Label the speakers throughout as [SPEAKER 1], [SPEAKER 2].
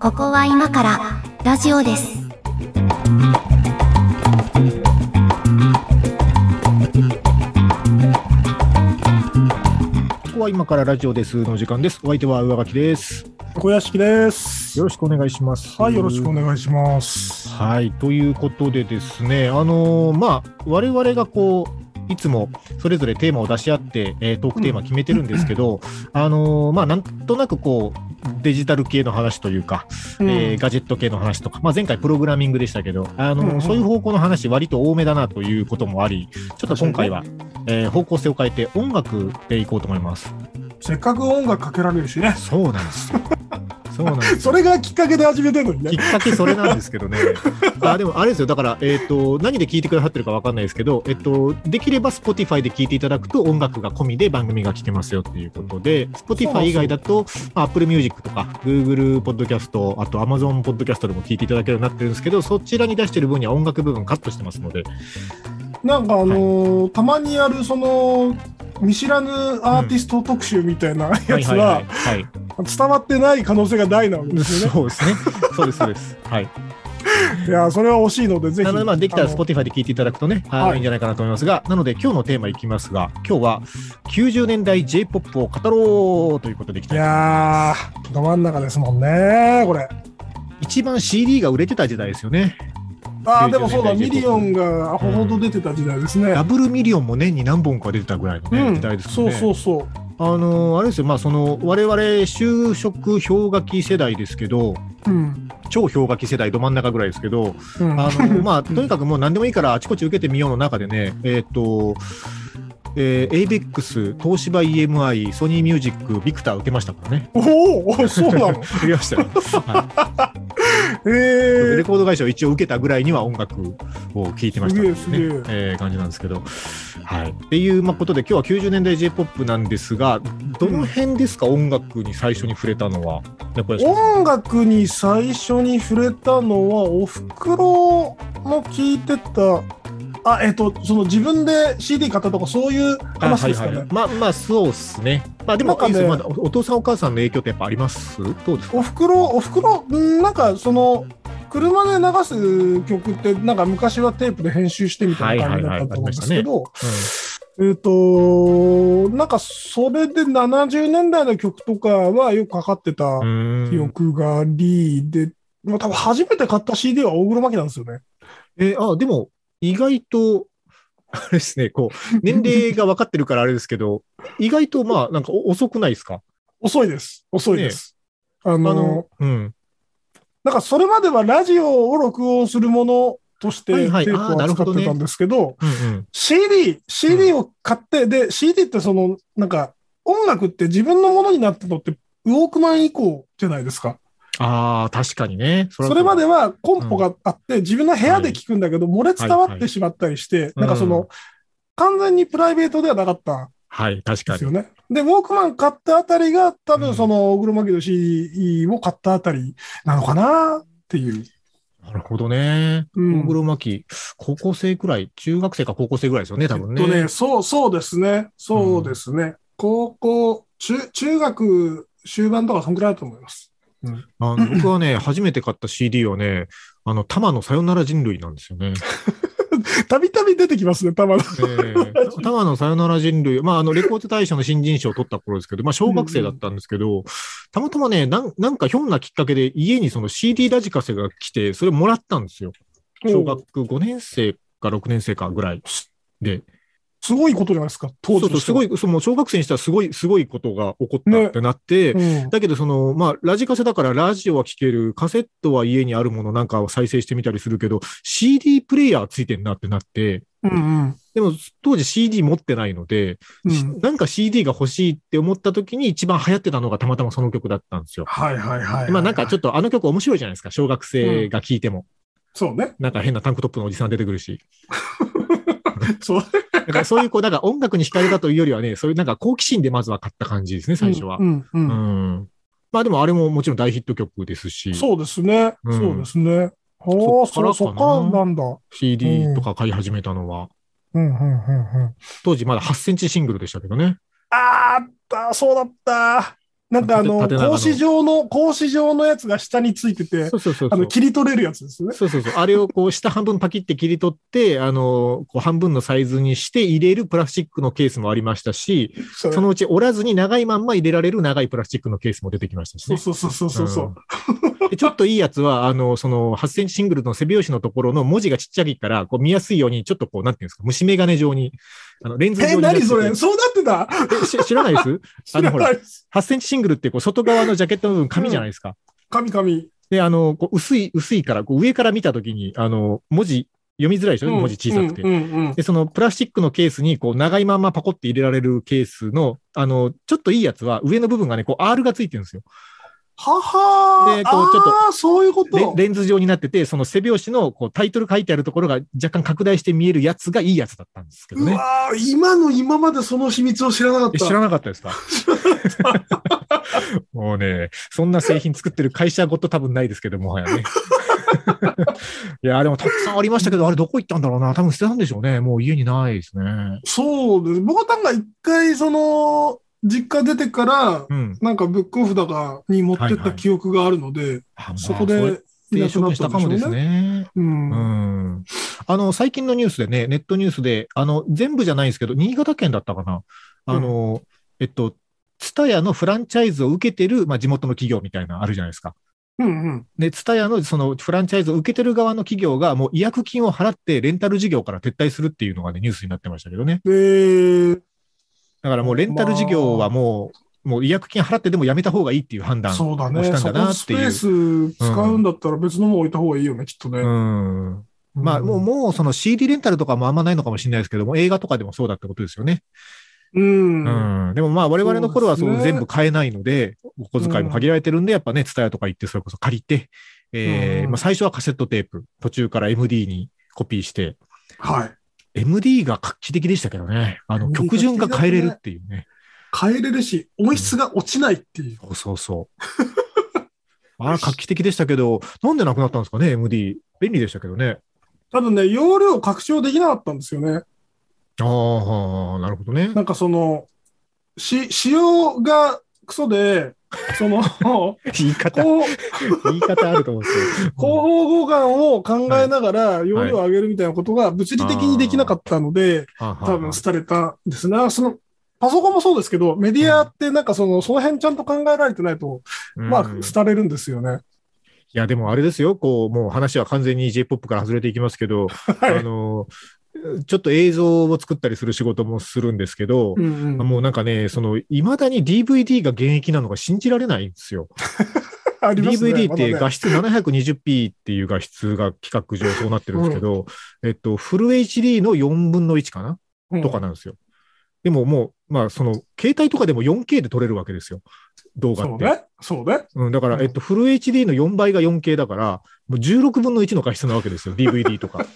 [SPEAKER 1] ここは今からラジオです。
[SPEAKER 2] ここは今からラジオですの時間です。お相手は上垣です。
[SPEAKER 3] 小屋敷です
[SPEAKER 2] よ。ろしくお願いします。
[SPEAKER 3] はい、よろしくお願いします。
[SPEAKER 2] はい、ということでですね、あのーまあ、我々がこう、いつもそれぞれテーマを出し合って、えートークテーマ決めてるんですけど、あのーまあ、なんとなくこう、デジタル系の話というか、えーガジェット系の話とか、まあ、前回プログラミングでしたけど、あの
[SPEAKER 3] うんうん
[SPEAKER 2] そういう方向の話、割と多めだなということもあり、ちょっと今回は、えー方向性を変えて音楽でいこうと思います。
[SPEAKER 3] せっかく音楽かけられるしね。
[SPEAKER 2] そうなんです。 そうなんです。
[SPEAKER 3] それがきっかけで始めてるのに
[SPEAKER 2] きっ
[SPEAKER 3] ね。
[SPEAKER 2] かけそれなんですけ どね。あでもあれですよ、だから、えっと何で聞いてくださってるかわかんないですけど、えっとできれば Spotify で聞いていただくと音楽が込みで番組が聞けますよっていうことで、Spotify 以外だと、まあ、Apple Music とか Google Podcast、あと Amazon Podcast でも聞いていただけるようになってるんですけど、そちらに出してる分には音楽部分カットしてますので、
[SPEAKER 3] なんかあのーたまにやるその見知らぬアーティスト特集みたいなやつ
[SPEAKER 2] は
[SPEAKER 3] はい
[SPEAKER 2] はいはい
[SPEAKER 3] 伝わってない可能性が大なわけですよね。
[SPEAKER 2] そうですね。そうです、そうです。はい。
[SPEAKER 3] いやそれは惜しいのでぜひ。
[SPEAKER 2] なので、まあ、できたら
[SPEAKER 3] あの
[SPEAKER 2] Spotify で聞いていただくとね、あの
[SPEAKER 3] はい
[SPEAKER 2] いいんじゃないかなと思いますが、なので、今日のテーマいきますが、今日は90年代 J-POP を語ろうということでいき
[SPEAKER 3] い
[SPEAKER 2] たい。
[SPEAKER 3] やーど真ん中ですもんねこれ。
[SPEAKER 2] 一番 CD が売れてた時代ですよね。
[SPEAKER 3] ああでもそうだ
[SPEAKER 2] 90
[SPEAKER 3] ミリオンがアホほど出てた時代ですね。
[SPEAKER 2] ダブルミリオンも年に何本か出てたぐらいのね、
[SPEAKER 3] うん、
[SPEAKER 2] 時代です
[SPEAKER 3] そ
[SPEAKER 2] よ
[SPEAKER 3] う
[SPEAKER 2] ね。
[SPEAKER 3] そうそう。
[SPEAKER 2] あのーあれですよ、まあ、その、我々、就職氷河期世代ですけど、
[SPEAKER 3] うん。
[SPEAKER 2] 超氷河期世代ど真ん中ぐらいですけど、
[SPEAKER 3] うん
[SPEAKER 2] あのまあ、とにかくもう何でもいいからあちこち受けてみようの中でね、えっ、と、えー、ABEX、東芝 EMI、ソニーミュージック、ビクター受けましたからね。
[SPEAKER 3] おおそうなの。
[SPEAKER 2] 受けましたよ、は
[SPEAKER 3] え
[SPEAKER 2] い
[SPEAKER 3] ー
[SPEAKER 2] レ、コード会社を一応受けたぐらいには音楽を聴いてましたって
[SPEAKER 3] すげえ
[SPEAKER 2] い
[SPEAKER 3] す
[SPEAKER 2] う
[SPEAKER 3] げ
[SPEAKER 2] ね、えー感じなんですけど。はい、っていうまあことで、今日は90年代 J-POP なんですが、どの辺ですか、音楽に最初に触れたのは。やっぱり
[SPEAKER 3] 音楽に最初に触れたのはおふくろの聞いてたあえっとその自分で CD 買ったとかそういう
[SPEAKER 2] あ
[SPEAKER 3] 話ですかね、
[SPEAKER 2] まあまあそうですね。まあでも
[SPEAKER 3] なんかね
[SPEAKER 2] いいですよまだおお父さんお母さんの影響ってやっぱありますどうですか
[SPEAKER 3] おふくろおふくろんなんかその車で流す曲ってなんか昔はテープで編集してみたいな感じだったと思うんですけど、えっ、となんかそれで70年代の曲とかはよくかかってた
[SPEAKER 2] うん
[SPEAKER 3] 記憶があり、で、まあ、多分初めて買った CD は大黒摩季なんですよね。
[SPEAKER 2] えーあ、でも、意外と、あれですね、 こう、年齢が分かってるからあれですけど、意外と、まあ、なんかお遅くないですか
[SPEAKER 3] 遅いです。遅いです。あ
[SPEAKER 2] あ
[SPEAKER 3] の、
[SPEAKER 2] の、うん。
[SPEAKER 3] なんかそれまではラジオを録音するものとして
[SPEAKER 2] は
[SPEAKER 3] テ
[SPEAKER 2] いはい
[SPEAKER 3] ープ
[SPEAKER 2] あーな
[SPEAKER 3] を
[SPEAKER 2] るほ
[SPEAKER 3] 扱
[SPEAKER 2] ど
[SPEAKER 3] っ
[SPEAKER 2] ね
[SPEAKER 3] てたんですけど、
[SPEAKER 2] うんうん。
[SPEAKER 3] CD、CD を買って、で、CD ってその、なんか、音楽って自分のものになったのって、ウォークマン以降じゃないですか。
[SPEAKER 2] ああ、確かにね。そ
[SPEAKER 3] そ
[SPEAKER 2] は
[SPEAKER 3] れまではコンポがあって、自分の部屋で聞くんだけど、漏れ伝わってしまったりして、なんかその、
[SPEAKER 2] うん
[SPEAKER 3] 完全にプライベートではなかった
[SPEAKER 2] はい、確か
[SPEAKER 3] です
[SPEAKER 2] に。
[SPEAKER 3] よね。で、ウォークマン買ったあたりが、多分その、オグロマキド CD を買ったあたりなのかなっていう。
[SPEAKER 2] なるほどね。
[SPEAKER 3] う
[SPEAKER 2] 大
[SPEAKER 3] ん。
[SPEAKER 2] 黒摩季、高校生くらい、中学生か高校生くらいですよね、多分ね。
[SPEAKER 3] えっとね、そう、そうですね。そうですね。高校、中、中学終盤とかそんくらいだと思います。
[SPEAKER 2] あの僕はね、初めて買った CD はね、あの、玉のさよなら人類なんですよね。
[SPEAKER 3] たびたび出てきますね、たまに。
[SPEAKER 2] え ー、玉のさよなら人類、まあ、あの、レコード大賞の新人賞を取った頃ですけど、まあ、小学生だったんですけど、たまたまね、なんなんかひょんなきっかけで家にその CD ラジカセが来て、それもらったんですよ。小学5年生か6年生かぐらいで。
[SPEAKER 3] すごいことじゃないですか、当
[SPEAKER 2] そうそう、
[SPEAKER 3] 時と
[SPEAKER 2] すご
[SPEAKER 3] い。
[SPEAKER 2] い、そうもう小学生にしたらすごい、すごいことが起こったってなって、
[SPEAKER 3] うん
[SPEAKER 2] だけど、その、まあ、ラジカセだからラジオは聴ける、カセットは家にあるものなんかを再生してみたりするけど、CD プレイヤーついてんなってなって、
[SPEAKER 3] うん
[SPEAKER 2] でも当時 CD 持ってないので、
[SPEAKER 3] うん。
[SPEAKER 2] しなんか CD が欲しいって思った時に一番流行ってたのがたまたまその曲だったんですよ。
[SPEAKER 3] はいはいはい。
[SPEAKER 2] まあなんかちょ
[SPEAKER 3] っと。
[SPEAKER 2] っとあの曲面白いじゃないですか。小学生が聴いても。
[SPEAKER 3] そうね。
[SPEAKER 2] なんか変なタンクトップのおじさん出てくるし。
[SPEAKER 3] そう。
[SPEAKER 2] だからそういうこう、なんか音楽に惹かれたというよりはね、 そういうなんか好奇心でまずは買った感じですね、最初は
[SPEAKER 3] う。んう
[SPEAKER 2] うん
[SPEAKER 3] うん
[SPEAKER 2] ん。まあでもあれももちろん大ヒット曲ですし、
[SPEAKER 3] そうですね。
[SPEAKER 2] うん
[SPEAKER 3] そうですね。おお、
[SPEAKER 2] そっから
[SPEAKER 3] そ、
[SPEAKER 2] かな
[SPEAKER 3] そっからなんだ。う
[SPEAKER 2] CD とか買い始めたのは、
[SPEAKER 3] んうんうんうん。
[SPEAKER 2] 当時まだ8センチシングルでしたけどね。
[SPEAKER 3] あーあ、そうだった。なんかあの、
[SPEAKER 2] 縦長の
[SPEAKER 3] 格子状の、格子状のやつが下についてて、
[SPEAKER 2] そうそうそう
[SPEAKER 3] あ
[SPEAKER 2] そ
[SPEAKER 3] の、
[SPEAKER 2] う。
[SPEAKER 3] 切り取れるやつですね。
[SPEAKER 2] そうそうそう。あれをこう、下半分パキって切り取って、あの、こう、半分のサイズにして入れるプラスチックのケースもありましたし、
[SPEAKER 3] それ
[SPEAKER 2] そのうち折らずに長いまんま入れられる長いプラスチックのケースも出てきましたし
[SPEAKER 3] そう
[SPEAKER 2] ね。
[SPEAKER 3] そうそうそうそうそう。
[SPEAKER 2] うんでちょっといいやつは、あの、その、8センチシングルの背拍子のところの文字がちっちゃいから、こう見やすいように、ちょっとこう、なんていうんですか、虫眼鏡状に、あの、レンズ状に
[SPEAKER 3] え、
[SPEAKER 2] なって
[SPEAKER 3] 何
[SPEAKER 2] て。
[SPEAKER 3] それそうなってた
[SPEAKER 2] えし知らないです
[SPEAKER 3] 知ら
[SPEAKER 2] ほ
[SPEAKER 3] な
[SPEAKER 2] ら
[SPEAKER 3] いです。
[SPEAKER 2] ?8 センチシングルって、こう、外側のジャケットの部分、紙じゃないですか。
[SPEAKER 3] 神々。
[SPEAKER 2] で、あの、こう薄い、薄いから、こう上から見たときに、あの、文字、読みづらいでしょ、文字小さくて。
[SPEAKER 3] うんうんうんうん
[SPEAKER 2] で、そのプラスチックのケースに、こう、長いまんまパコって入れられるケースの、あの、ちょっといいやつは、上の部分がね、こう、R がついてるんですよ。
[SPEAKER 3] ははー。
[SPEAKER 2] でこうちょっと
[SPEAKER 3] あーそういうこと。
[SPEAKER 2] レレンズ状になってて、その背拍子の、こう、タイトル書いてあるところが若干拡大して見えるやつがいいやつだったんですけど
[SPEAKER 3] う
[SPEAKER 2] ね。
[SPEAKER 3] わー今の今までその秘密を知らなかっ
[SPEAKER 2] え
[SPEAKER 3] た。
[SPEAKER 2] 知らなかったですかもうね、そんな製品作ってる会社ごと多分ないですけど、もは やね。いや、でもたくさんありましたけど、あれどこ行ったんだろうな。多分捨てたんでしょうね。もう家にないですね。
[SPEAKER 3] そうです。僕はなんか一回、その、実家出てから、
[SPEAKER 2] うん。
[SPEAKER 3] なんかブックオフだかに持ってっ
[SPEAKER 2] はいは
[SPEAKER 3] た
[SPEAKER 2] い
[SPEAKER 3] 記憶があるので、
[SPEAKER 2] あ
[SPEAKER 3] そこ
[SPEAKER 2] まあそう
[SPEAKER 3] でい
[SPEAKER 2] や
[SPEAKER 3] な
[SPEAKER 2] って処
[SPEAKER 3] くなっ
[SPEAKER 2] 分したた
[SPEAKER 3] ん
[SPEAKER 2] か
[SPEAKER 3] でしょ
[SPEAKER 2] も
[SPEAKER 3] うね。
[SPEAKER 2] ですね。
[SPEAKER 3] うん。
[SPEAKER 2] うん。あの、最近のニュースでね、ネットニュースで、あの、全部じゃないですけど、新潟県だったかな。あの、えっと、ツタヤのフランチャイズを受けてる、まあ、地元の企業みたいなのあるじゃないですか。
[SPEAKER 3] うんうん。
[SPEAKER 2] で、ツタヤのそのフランチャイズを受けてる側の企業がもう違約金を払ってレンタル事業から撤退するっていうのがね、ニュースになってましたけどね。
[SPEAKER 3] えー、
[SPEAKER 2] だからもうレンタル事業はもう、もう違約金払ってでもやめた方がいいっていう判断。
[SPEAKER 3] そうだね。
[SPEAKER 2] したん
[SPEAKER 3] そ
[SPEAKER 2] だ
[SPEAKER 3] この
[SPEAKER 2] なっ
[SPEAKER 3] ス
[SPEAKER 2] て
[SPEAKER 3] ペ
[SPEAKER 2] いう
[SPEAKER 3] ース使うんだったら別のも置いた方がいいよね、きっとね。
[SPEAKER 2] うん。まあ、もう、もうその CD レンタルとかもあんまないのかもしれないですけども、映画とかでもそうだってことですよね。
[SPEAKER 3] うん。
[SPEAKER 2] うん。でもまあ、我々の頃はそ
[SPEAKER 3] そう
[SPEAKER 2] の
[SPEAKER 3] ですね
[SPEAKER 2] 全部買えないので、お小遣いも限られてるんで、やっぱね、ツタヤとか行ってそれこそ借りて、え
[SPEAKER 3] う
[SPEAKER 2] ー、
[SPEAKER 3] ん
[SPEAKER 2] まあ最初はカセットテープ、途中から MD にコピーして、
[SPEAKER 3] はい。
[SPEAKER 2] MD が画期的でしたけどね。あの、
[SPEAKER 3] MD
[SPEAKER 2] 曲順が変えれるっていうね。
[SPEAKER 3] 変えれるし、音質が落ちないっていう。
[SPEAKER 2] そうそうそう。あれ画期的でしたけど、なんでなくなったんですかね、MD。便利でしたけどね。
[SPEAKER 3] ただね、容量拡張できなかったんですよね。
[SPEAKER 2] ああ、なるほどね。
[SPEAKER 3] なんかその、し、仕様がクソで、その、こう、
[SPEAKER 2] 言い方、言い方あると思うんですけど。
[SPEAKER 3] 広報互換を考えながら容量を上げるみたいなことが物理的にできなかったので、
[SPEAKER 2] うん、はあはあ
[SPEAKER 3] 多分廃れたんですね。そのパソコンもそうですけど、メディアってなんかその、その辺ちゃんと考えられてないと、
[SPEAKER 2] うん
[SPEAKER 3] まあ、
[SPEAKER 2] い
[SPEAKER 3] 廃れるんですよね。
[SPEAKER 2] や、でもあれですよ、こう、もう話は完全に J-POP から外れていきますけど、
[SPEAKER 3] はい
[SPEAKER 2] あの、ちょっと映像を作ったりする仕事もするんですけど、
[SPEAKER 3] うんうん
[SPEAKER 2] もうなんかね、その、いまだに DVD が現役なのが信じられないんですよ。
[SPEAKER 3] ありますね
[SPEAKER 2] DVD って
[SPEAKER 3] まだね
[SPEAKER 2] 画質 720p っていう画質が規格上そうなってるんですけど、えっと、フル HD の4分の1かな
[SPEAKER 3] うん
[SPEAKER 2] とかなんですよ。でももう、まあ、その、携帯とかでも 4K で撮れるわけですよ。動画
[SPEAKER 3] そう
[SPEAKER 2] って。
[SPEAKER 3] ね。そうね。
[SPEAKER 2] うん、だか
[SPEAKER 3] う
[SPEAKER 2] ら、
[SPEAKER 3] ん
[SPEAKER 2] えっと、フル HD の4倍が 4K だから、もう16分の1の画質なわけ ですよ、DVD とか。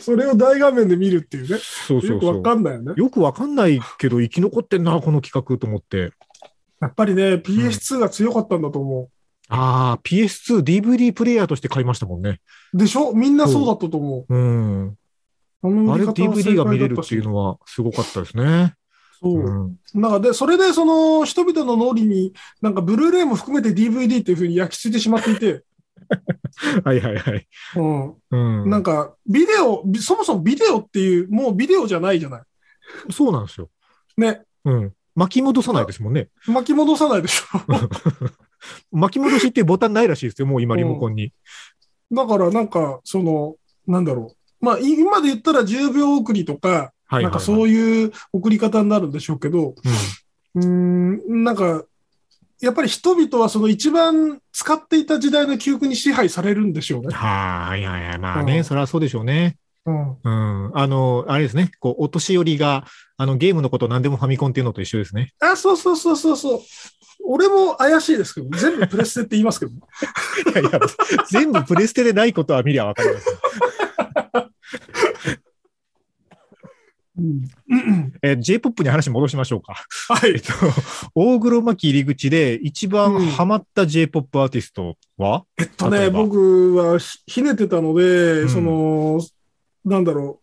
[SPEAKER 3] それを大画面で見るっていうね。
[SPEAKER 2] そうそ
[SPEAKER 3] よ
[SPEAKER 2] う
[SPEAKER 3] く
[SPEAKER 2] そ
[SPEAKER 3] わ
[SPEAKER 2] う。
[SPEAKER 3] かんないよね。
[SPEAKER 2] よくわかんないけど、生き残ってんな、この企画と思って。
[SPEAKER 3] やっぱりね、PS2 が強かったんだと思
[SPEAKER 2] ああ、PS2、DVD プレイヤーとして買いましたもんね。
[SPEAKER 3] う。でしょみんなそうだったと思
[SPEAKER 2] うん。
[SPEAKER 3] う。あの
[SPEAKER 2] あ
[SPEAKER 3] 売
[SPEAKER 2] れ
[SPEAKER 3] り方は正
[SPEAKER 2] DVD
[SPEAKER 3] 解
[SPEAKER 2] が
[SPEAKER 3] だったし
[SPEAKER 2] 見れるっていうのはすごかったですね。
[SPEAKER 3] そうう。
[SPEAKER 2] ん、
[SPEAKER 3] なんかで、それでその人々の脳裏に、なんかブルーレイも含めて DVD っていうふうに焼き付いてしまっていて、
[SPEAKER 2] はいはいはい。
[SPEAKER 3] うん、
[SPEAKER 2] うん、
[SPEAKER 3] なんかビデオ、びそもそもビデオっていう、もうビデオじゃないじゃない。
[SPEAKER 2] そうなんですよ。
[SPEAKER 3] ね、
[SPEAKER 2] うん。巻き戻さないですもんね。
[SPEAKER 3] 巻き戻さないでし ょ。
[SPEAKER 2] 巻き戻しっていうボタンないらしいですよ、もう今、
[SPEAKER 3] うん
[SPEAKER 2] リモコンに。
[SPEAKER 3] だからなんか、その、なんだろう。まあ、い今で言ったら10秒送りとか、
[SPEAKER 2] はいはい、はい。
[SPEAKER 3] なんかそういう送り方になるんでしょうけど、
[SPEAKER 2] うん
[SPEAKER 3] うーん、なんか、やっぱり人々はその一番使っていた時代の記憶に支配されるんでしょうね。
[SPEAKER 2] はーいはいはい。まあね、
[SPEAKER 3] うん
[SPEAKER 2] それはそうでしょうね。
[SPEAKER 3] うん、
[SPEAKER 2] うん。あの、あれですね。こう、お年寄りが、あの、ゲームのこと何でもファミコンっていうのと一緒ですね。
[SPEAKER 3] あ、そうそうそうそうそう。俺も怪しいですけど、全部プレステって言いま すけど、
[SPEAKER 2] いやいや、全部プレステでないことは見りゃわかります。えー J-POP に話戻しましょうか。
[SPEAKER 3] は
[SPEAKER 2] えっ
[SPEAKER 3] い。
[SPEAKER 2] と、大黒摩季入り口で一番ハマった J-POP アーティストは、
[SPEAKER 3] えっと
[SPEAKER 2] 例
[SPEAKER 3] ね、
[SPEAKER 2] えば
[SPEAKER 3] 僕はひひねてたので、
[SPEAKER 2] うん
[SPEAKER 3] その、なんだろ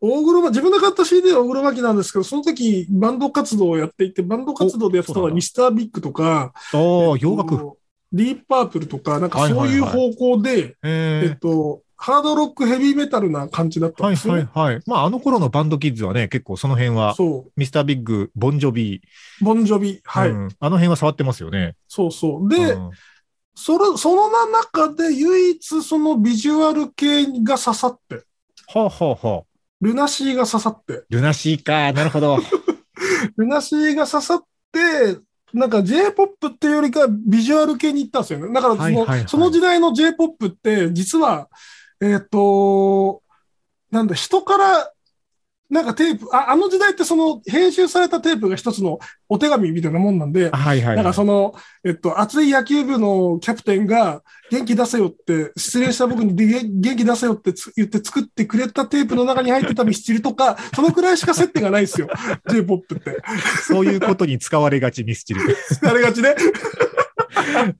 [SPEAKER 3] 大黒摩自分で買った CD は大黒摩季なんですけど、その時バンド活動をやっていて、バンド活動でやってたの
[SPEAKER 2] おそうな
[SPEAKER 3] は
[SPEAKER 2] んだ
[SPEAKER 3] ミスタービッグとか、
[SPEAKER 2] ああ
[SPEAKER 3] えっ、と
[SPEAKER 2] 洋楽。
[SPEAKER 3] ディープパープルとか、なんか
[SPEAKER 2] はい
[SPEAKER 3] そ
[SPEAKER 2] は
[SPEAKER 3] う
[SPEAKER 2] いはい
[SPEAKER 3] いう方向で、え
[SPEAKER 2] え
[SPEAKER 3] っと、ハードロックヘビーメタルな感じだっ
[SPEAKER 2] ー
[SPEAKER 3] たん
[SPEAKER 2] はい
[SPEAKER 3] ですよ
[SPEAKER 2] はい
[SPEAKER 3] ね。
[SPEAKER 2] はい。まあ、あの頃のバンドキッズはね、結構その辺は、
[SPEAKER 3] そ
[SPEAKER 2] ミスタービッグ、ボンジョビー、
[SPEAKER 3] う、ボンジョビ、はい、
[SPEAKER 2] うんあの辺は触ってますよね。
[SPEAKER 3] そうそう。で、
[SPEAKER 2] うん
[SPEAKER 3] それ、その中で唯一そのビジュアル系が刺さって、
[SPEAKER 2] ほうほうほう。
[SPEAKER 3] ルナシーが刺さって、
[SPEAKER 2] ルナシーか。なる ほど。
[SPEAKER 3] ルナシーが刺さって、なんか J-POP っていうよりかはビジュアル系に行ったんですよね。だからその,、
[SPEAKER 2] はいはいはい
[SPEAKER 3] その時代の J-POP って、実は、えっ、と、なんだ、人から、なんかテープあ、あの時代ってその編集されたテープが一つのお手紙みたいなもんなんで、
[SPEAKER 2] はいはい、
[SPEAKER 3] な
[SPEAKER 2] は
[SPEAKER 3] んか
[SPEAKER 2] い。
[SPEAKER 3] その、えっと、熱い野球部のキャプテンが、元気出せよって、失恋した僕にでげ元気出せよってつ言って作ってくれたテープの中に入ってたミスチルとか、そのくらいしか接点がないで すよ。J-POP って。
[SPEAKER 2] そういうことに使われがち、ミスチル。
[SPEAKER 3] あれがちね。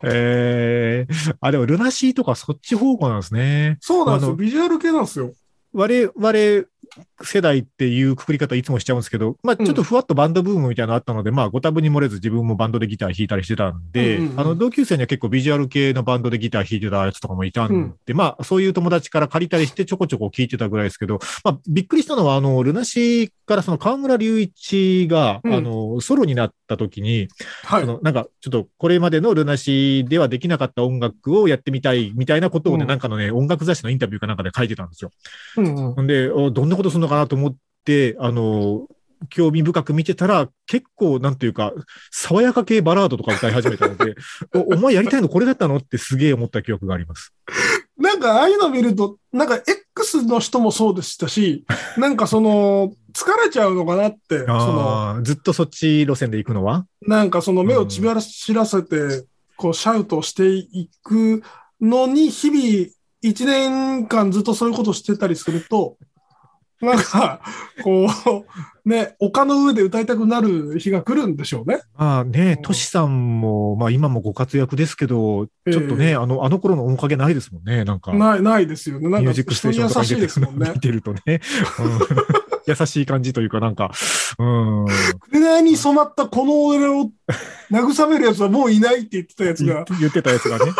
[SPEAKER 2] えー、あ、でも、ルナシーとかそっち方向なんですね。
[SPEAKER 3] そうなんです
[SPEAKER 2] あ
[SPEAKER 3] よ。
[SPEAKER 2] の
[SPEAKER 3] ビジュアル系なんですよ。
[SPEAKER 2] 我々世代っていうくくり方いつもしちゃうんですけど、まあ、
[SPEAKER 3] うん
[SPEAKER 2] ちょっとふわっとバンドブームみたいなのあったので、まあ、ご多分に漏れず自分もバンドでギター弾いたりしてたんで、
[SPEAKER 3] うんうんうん
[SPEAKER 2] あの、同級生には結構ビジュアル系のバンドでギター弾いてたやつとかもいたんで、まあ、そういう友達から借りたりしてちょこちょこ聞いてたぐらいですけど、まあ、びっくりしたのは、あの、ルナシーからその河村隆一が、
[SPEAKER 3] うん
[SPEAKER 2] あの、ソロになった時に、
[SPEAKER 3] はい
[SPEAKER 2] そ。のなんかちょっとこれまでのルナシーではできなかった音楽をやってみたいみたいなことをね、
[SPEAKER 3] うん
[SPEAKER 2] なんかのね、音楽雑誌のインタビューかなんかで書いてたんですよ。
[SPEAKER 3] うんうん
[SPEAKER 2] ほんで、おどんなことするのかなと思って、あの、興味深く見てたら、結構、なんていうか、爽やか系バラードとか歌い始めたので、 おお前やりたいのこれだったのってすげえ思った記憶があります。
[SPEAKER 3] なんか、ああいうの見ると、なんか、X の人もそうでし たし、なんかその、疲れちゃうのかなって、その、
[SPEAKER 2] あーずっとそっち路線で行くのは
[SPEAKER 3] なんかその目をちばしらせて、こうシャウトしていくのに、日々、一年間ずっとそういうことしてたりすると、なんか、こう、ね、丘の上で歌いたくなる日が来るんでしょうね。
[SPEAKER 2] まあ
[SPEAKER 3] うん
[SPEAKER 2] ね、トシさんも、まあ今もご活躍ですけど、ちょっとね、あの、あの頃の面影ないですもんね、なんか。
[SPEAKER 3] ない、ないですよね。なん
[SPEAKER 2] ミュ
[SPEAKER 3] か、
[SPEAKER 2] ージックステ
[SPEAKER 3] 人
[SPEAKER 2] ー
[SPEAKER 3] に
[SPEAKER 2] ショ
[SPEAKER 3] 優
[SPEAKER 2] ンとかに出て
[SPEAKER 3] しいです
[SPEAKER 2] くる
[SPEAKER 3] も
[SPEAKER 2] の
[SPEAKER 3] んね
[SPEAKER 2] 見。てるとね、うん 優しい感じというか、なんか、うん、
[SPEAKER 3] 紅に染まったこの俺を慰めるやつはもういないって言ってたやつ
[SPEAKER 2] 言っ
[SPEAKER 3] が、
[SPEAKER 2] 言ってたやつがね。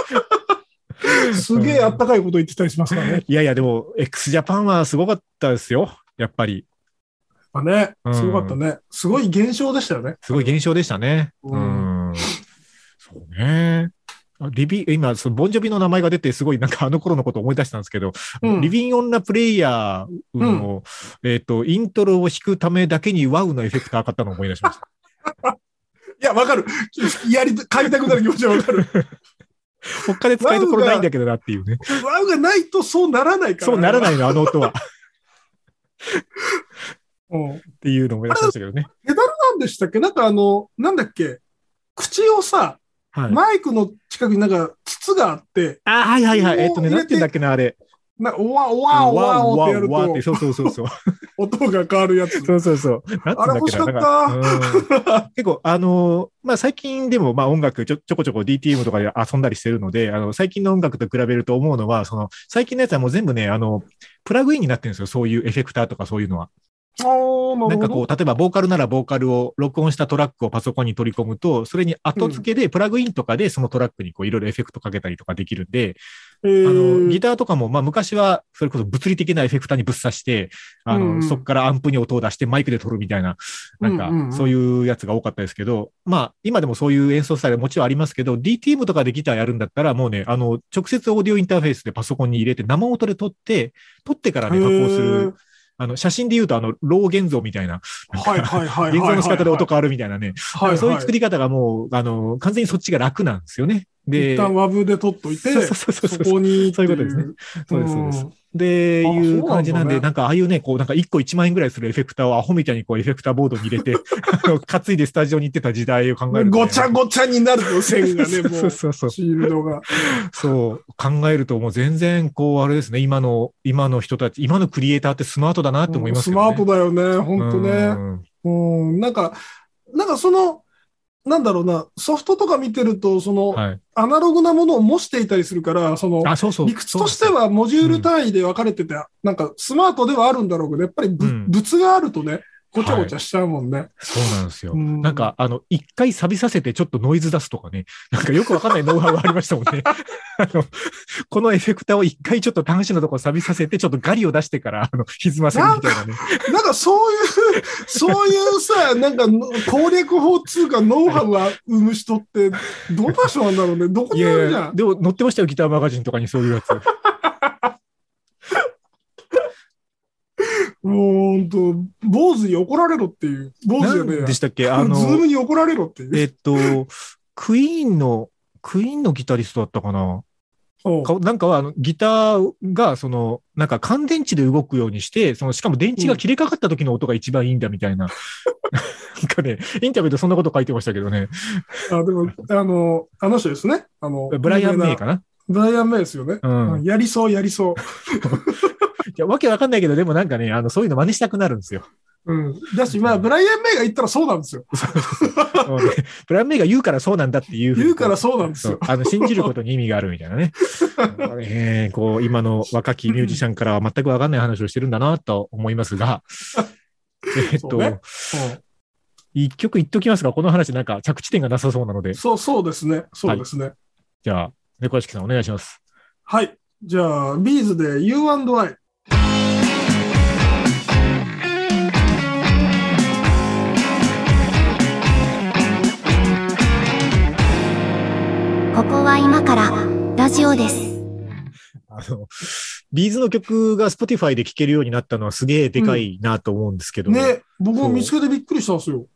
[SPEAKER 3] すげえあったかいこと言ってたりしますからね。
[SPEAKER 2] いやいや、でも、x ジャパンはすごかったですよ、やっぱり。
[SPEAKER 3] まあね
[SPEAKER 2] う、ん
[SPEAKER 3] すごかったね。すごい現象でしたよね。
[SPEAKER 2] すごい現象でしたね。
[SPEAKER 3] う
[SPEAKER 2] うん、そうね。あリビ今、そのボンジョビの名前が出て、すごいなんかあの頃のことを思い出したんですけど、
[SPEAKER 3] うん
[SPEAKER 2] リビン・オン・ラ・プレイヤーの、えっ、と、イントロを弾くためだけにワウのエフェクター買ったのを思い出しました。
[SPEAKER 3] いや、わかる。やりた、買いたくなる気持ちはわかる。
[SPEAKER 2] 他で使いどころないんだけどなっていうね。
[SPEAKER 3] ワウがないとそうならないから。。
[SPEAKER 2] そうならないいの、あの音は。
[SPEAKER 3] うん。
[SPEAKER 2] っていうのを思い出しましたけどね。
[SPEAKER 3] なんでしたっけなんかあの、なんだっけ口をさ、
[SPEAKER 2] はい。
[SPEAKER 3] マイクの近くになんか筒があって、
[SPEAKER 2] あ、はいはいはい。えっとね、
[SPEAKER 3] もう入れて
[SPEAKER 2] なんて言うんだっけな、あれ。
[SPEAKER 3] なおわおわおわおってやる
[SPEAKER 2] わーっ
[SPEAKER 3] と
[SPEAKER 2] て、そうそうそうそう。
[SPEAKER 3] 音が変わるやつ。
[SPEAKER 2] そうそうそう。なんて言うんだっけな。
[SPEAKER 3] あれ欲し
[SPEAKER 2] なんかうん結構、あのーまあ、最近でも、まあ、音楽ちょ、ちょこちょこ DTM とかで遊んだりしてるので、あの、最近の音楽と比べると思うのは、その、最近のやつはもう全部ね、あの、プラグインになってるんですよ。そういうエフェクターとかそういうのは。
[SPEAKER 3] おーな
[SPEAKER 2] なん
[SPEAKER 3] るほ
[SPEAKER 2] か
[SPEAKER 3] ど
[SPEAKER 2] こう、例えばボーカルならボーカルを録音したトラックをパソコンに取り込むと、それに後付けでプラグインとかでそのトラックにこういろいろエフェクトかけたりとかできるんで、
[SPEAKER 3] えー
[SPEAKER 2] あの、ギターとかも、まあ昔は、それこそ物理的なエフェクターにぶっ刺して、あの、
[SPEAKER 3] うんうん
[SPEAKER 2] そこからアンプに音を出してマイクで撮るみたいな、なん
[SPEAKER 3] うんうんう
[SPEAKER 2] か、
[SPEAKER 3] ん
[SPEAKER 2] そういうやつが多かったですけど、まあ今でもそういう演奏スタイルもちろんありますけど、DTM とかでギターやるんだったら、もうね、あの、直接オーディオインターフェースでパソコンに入れて生音で撮って、撮ってからね、加工する。あの、写真で言うと、あの、ロー現像みたいな、
[SPEAKER 3] へーはいはいはいはいはい。
[SPEAKER 2] 現像の仕方で音変わるみたいなね、
[SPEAKER 3] はいはい。
[SPEAKER 2] そういう作り方がもう、あの、完全にそっちが楽なんですよね。で、
[SPEAKER 3] 一旦ワブで取っといて、
[SPEAKER 2] そうそうそう
[SPEAKER 3] そ
[SPEAKER 2] そう
[SPEAKER 3] こにって
[SPEAKER 2] そう
[SPEAKER 3] い。
[SPEAKER 2] いううことですねそうです、そうです。
[SPEAKER 3] ん
[SPEAKER 2] で、
[SPEAKER 3] あ
[SPEAKER 2] いう感じなん
[SPEAKER 3] そうなんだ
[SPEAKER 2] で、
[SPEAKER 3] ね
[SPEAKER 2] なんかああいうね、こう、なんか1個1万円ぐらいするエフェクターをアホみたいにこうエフェクターボードに入れ て、あの担いでスタジオに行ってた時代を考えると、
[SPEAKER 3] ごちゃごちゃになると線がね、
[SPEAKER 2] そう
[SPEAKER 3] もう、シ
[SPEAKER 2] そうそう。
[SPEAKER 3] ールドが。
[SPEAKER 2] そう、考えるともう全然、こう、あれですね、今の、今の人たち、今のクリエイターってスマートだなって思います
[SPEAKER 3] ス
[SPEAKER 2] よね。
[SPEAKER 3] マートだよね、本当ね。
[SPEAKER 2] ね。
[SPEAKER 3] うん、なんか、なんかその、なんだろうな、ソフトとか見てると、その、
[SPEAKER 2] はい、
[SPEAKER 3] アナログなものを模していたりするから、その、
[SPEAKER 2] あそうそう
[SPEAKER 3] 理屈としてはモジュール単位で分かれてて、なんかスマートではあるんだろうけど、やっぱりぶ、
[SPEAKER 2] うん
[SPEAKER 3] 物があるとね、ごちゃごちゃしちゃうもんね。
[SPEAKER 2] そうなんですよ。
[SPEAKER 3] うん
[SPEAKER 2] なんか、あの、一回錆びさせてちょっとノイズ出すとかね、なんかよくわかんないノウハウがありましたもん ね。あの、このエフェクターを一回ちょっと端子のところ錆びさせて、ちょっとガリを出してから、あの、歪ませるみたいなね。
[SPEAKER 3] なんかそう いう、そういうさ、なんかの攻略法通うかノウハウが生む人って、どんな人なんだろうね。どこ
[SPEAKER 2] い
[SPEAKER 3] にあ
[SPEAKER 2] や
[SPEAKER 3] る
[SPEAKER 2] い
[SPEAKER 3] じゃ
[SPEAKER 2] や、
[SPEAKER 3] ん。
[SPEAKER 2] でも載ってましたよ、ギターマガジンとかにそういうやつ。
[SPEAKER 3] もう本当、坊主に怒られろっていう。坊主じゃねえ
[SPEAKER 2] 何
[SPEAKER 3] や。
[SPEAKER 2] で
[SPEAKER 3] ズ
[SPEAKER 2] したっけあの、
[SPEAKER 3] ームに怒られろっていう。
[SPEAKER 2] えっと、クイーンの、クイーンのギタリストだったかな
[SPEAKER 3] うん
[SPEAKER 2] かなんかは、あの、ギターが、その、なんか乾電池で動くようにして、その、しかも電池が切れかかった時の音が一番いいんだみたいな。なんかね、インタビューでそんなこと書いてましたけどね。
[SPEAKER 3] あでも、あの、あの人ですね。あの、
[SPEAKER 2] ブライアン・メイ
[SPEAKER 3] か。
[SPEAKER 2] かな
[SPEAKER 3] ブライアン・メイですよね。
[SPEAKER 2] うん
[SPEAKER 3] うんやりそう、やりそう。
[SPEAKER 2] いや、わけわかんないけど、でもなんかね、あの、そういうの真似したくなるんですよ。
[SPEAKER 3] うん。だし、まあ、ブライアン・メイが言ったらそうなんですよ。
[SPEAKER 2] うんブライアン・メイが言うからそうなんだっていうふうに
[SPEAKER 3] 言うからそうなんです
[SPEAKER 2] そう
[SPEAKER 3] よ。
[SPEAKER 2] あの信じることに意味があるみたいなね。えーこう今の若きミュージシャンからは全く分かんない話をしてるんだなと思います が、えっ
[SPEAKER 3] そ
[SPEAKER 2] と、
[SPEAKER 3] うね
[SPEAKER 2] 一曲言っときますが、この話なんか着地点がなさそうなの
[SPEAKER 3] う
[SPEAKER 2] で
[SPEAKER 3] ん、そう、そうですね。そうですね。
[SPEAKER 2] じゃあ、猫屋敷さんお願いします。
[SPEAKER 3] はい。じゃあ、ビーズで U&I。
[SPEAKER 1] ここは今からラジオです。
[SPEAKER 2] あの、ビーズの曲が Spotify で聴けるようになったのはすげえでかいなと思うんですけど、
[SPEAKER 3] ね、僕も見つけてびっくりしたんですよ。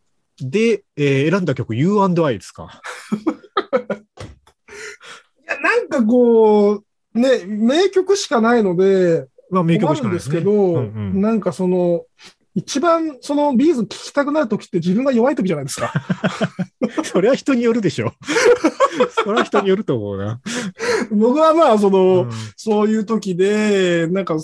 [SPEAKER 2] で、えー選んだ曲 U&I ですか。
[SPEAKER 3] いや、なんかこう、ね、名曲しかないので、
[SPEAKER 2] まあ名曲
[SPEAKER 3] 困
[SPEAKER 2] しか
[SPEAKER 3] るん
[SPEAKER 2] ない
[SPEAKER 3] ですけ
[SPEAKER 2] ね
[SPEAKER 3] ど、
[SPEAKER 2] うんうん
[SPEAKER 3] なんかその、一番そのビーズ聴きたくなるときって自分が弱いときじゃないですか。
[SPEAKER 2] それは人によるでしょ。 それは人によると思うな。
[SPEAKER 3] 僕はまあ、その、
[SPEAKER 2] うん
[SPEAKER 3] そういう時で、なんか、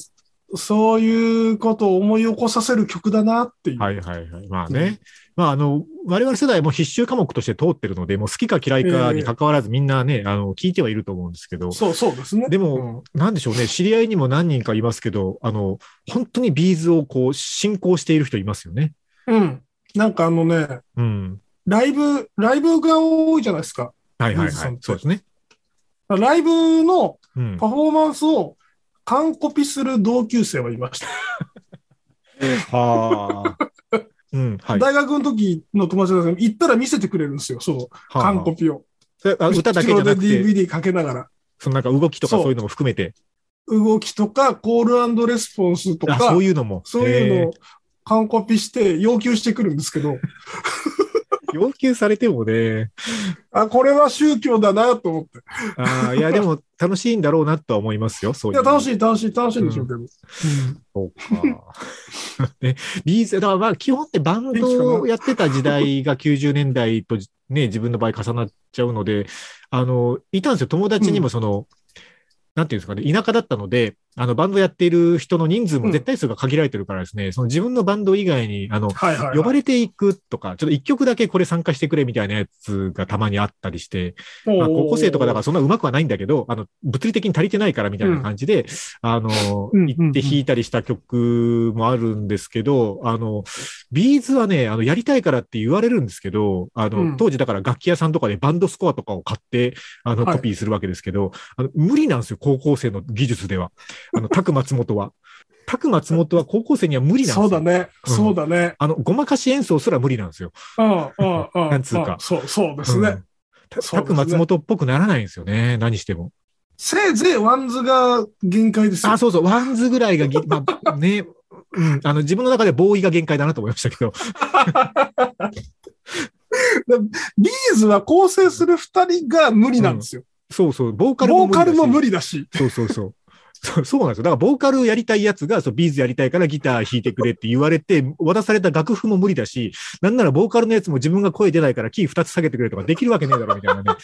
[SPEAKER 3] そういうことを思い起こさせる曲だなっていう。
[SPEAKER 2] はいはいはい。まあ
[SPEAKER 3] う
[SPEAKER 2] ね
[SPEAKER 3] ん。
[SPEAKER 2] まああの、我々世代も必修科目として通ってるので、もう好きか嫌いかに関わらずみんなね、あの、聞いてはいると思うんですけど、
[SPEAKER 3] そう、そうですね。
[SPEAKER 2] でもなんでしょうね、知り合いにも何人かいますけど、あの、本当にビーズをこう、信仰している人いますよね。
[SPEAKER 3] うん、うん。なんかあのね、
[SPEAKER 2] うん。
[SPEAKER 3] ライブ、ライブが多いじゃないですか。
[SPEAKER 2] はいはい
[SPEAKER 3] ビーズ
[SPEAKER 2] は
[SPEAKER 3] さん
[SPEAKER 2] い。
[SPEAKER 3] って
[SPEAKER 2] そうですね。
[SPEAKER 3] ライブの
[SPEAKER 2] うん。
[SPEAKER 3] パフォーマンスを完コピする同級生はいました。
[SPEAKER 2] はあ。うん、はい。
[SPEAKER 3] 大学の時の友達なんですけど行ったら見せてくれるんですよ、そう。完コ
[SPEAKER 2] は
[SPEAKER 3] ピを。
[SPEAKER 2] ああ歌だけじゃなく
[SPEAKER 3] 後ろ
[SPEAKER 2] て、
[SPEAKER 3] で DVD かけながら。
[SPEAKER 2] そのなんか動きとか
[SPEAKER 3] そう
[SPEAKER 2] そういうのも含めて、
[SPEAKER 3] 動きとか、コールレスポンスと
[SPEAKER 2] あ
[SPEAKER 3] か、
[SPEAKER 2] そういうのも。
[SPEAKER 3] そういうの
[SPEAKER 2] へ
[SPEAKER 3] を完コピして要求してくるんですけど、
[SPEAKER 2] え要求されてもね、
[SPEAKER 3] あ、これは宗教だなと思って。
[SPEAKER 2] ああ、いや、でも楽しいんだろうなとは思いますよ。そう
[SPEAKER 3] い
[SPEAKER 2] いう
[SPEAKER 3] や、
[SPEAKER 2] の。
[SPEAKER 3] 楽しい、楽しい、楽しいんでしょうけど。
[SPEAKER 2] そう か。ね、ビーズ、だからまあ基本ってバンドをやってた時代が90年代とね、自分の場合重なっちゃうので、あの、いたんですよ。友達にもその、なんていうんですかね、田舎だったので、あの、バンドやっている人の人数も絶対数が限られてるからですね、その自分のバンド以外に、あの、
[SPEAKER 3] はいはい、はい。
[SPEAKER 2] 呼ばれていくとか、ちょっと一曲だけこれ参加してくれみたいなやつがたまにあったりして、まあ、
[SPEAKER 3] おー
[SPEAKER 2] 高校生とかだからそんな上手くはないんだけど、あの、物理的に足りてないからみたいな感じで、あの、
[SPEAKER 3] うん
[SPEAKER 2] 行って弾いたりした曲もあるんですけど、あの、ビーズはね、あの、やりたいからって言われるんですけど、あの、
[SPEAKER 3] うん
[SPEAKER 2] 当時だから楽器屋さんとかでバンドスコアとかを買って、あの、
[SPEAKER 3] はい
[SPEAKER 2] コピーするわけですけど、あの無理なんですよ、高校生の技術では。あ の、タク松本は。タク松本は高校生には無理なんですよ。
[SPEAKER 3] そうだね、
[SPEAKER 2] うん
[SPEAKER 3] そうだね。
[SPEAKER 2] あの、ごまかし演奏すら無理なんですよ。
[SPEAKER 3] うん、うん、うん。
[SPEAKER 2] なんつうか
[SPEAKER 3] んそう、そうですね。
[SPEAKER 2] うんた
[SPEAKER 3] そ
[SPEAKER 2] タ
[SPEAKER 3] うです
[SPEAKER 2] ク
[SPEAKER 3] ね
[SPEAKER 2] 松本っぽくならないんですよね、何しても。
[SPEAKER 3] せいぜいワンズが限界ですよ。
[SPEAKER 2] あ、そうそう、ワンズぐらいがぎ、ま あ、ね、うん、あの、自分の中でボーイが限界だなと思いましたけど、
[SPEAKER 3] ビーズは構成する二人が無理なんですよ。
[SPEAKER 2] そうそう、ボーカルも
[SPEAKER 3] ボ
[SPEAKER 2] 無
[SPEAKER 3] ー
[SPEAKER 2] 理
[SPEAKER 3] カ
[SPEAKER 2] だし。
[SPEAKER 3] ルも
[SPEAKER 2] そ
[SPEAKER 3] 無理だし。
[SPEAKER 2] うそうそう。そうそうなんですよ。だから、ボーカルやりたいやつが、そう、ビーズやりたいからギター弾いてくれって言われて、渡された楽譜も無理だし、なんならボーカルのやつも自分が声出ないからキー2つ下げてくれとかできるわけねえだろ、みたいなね。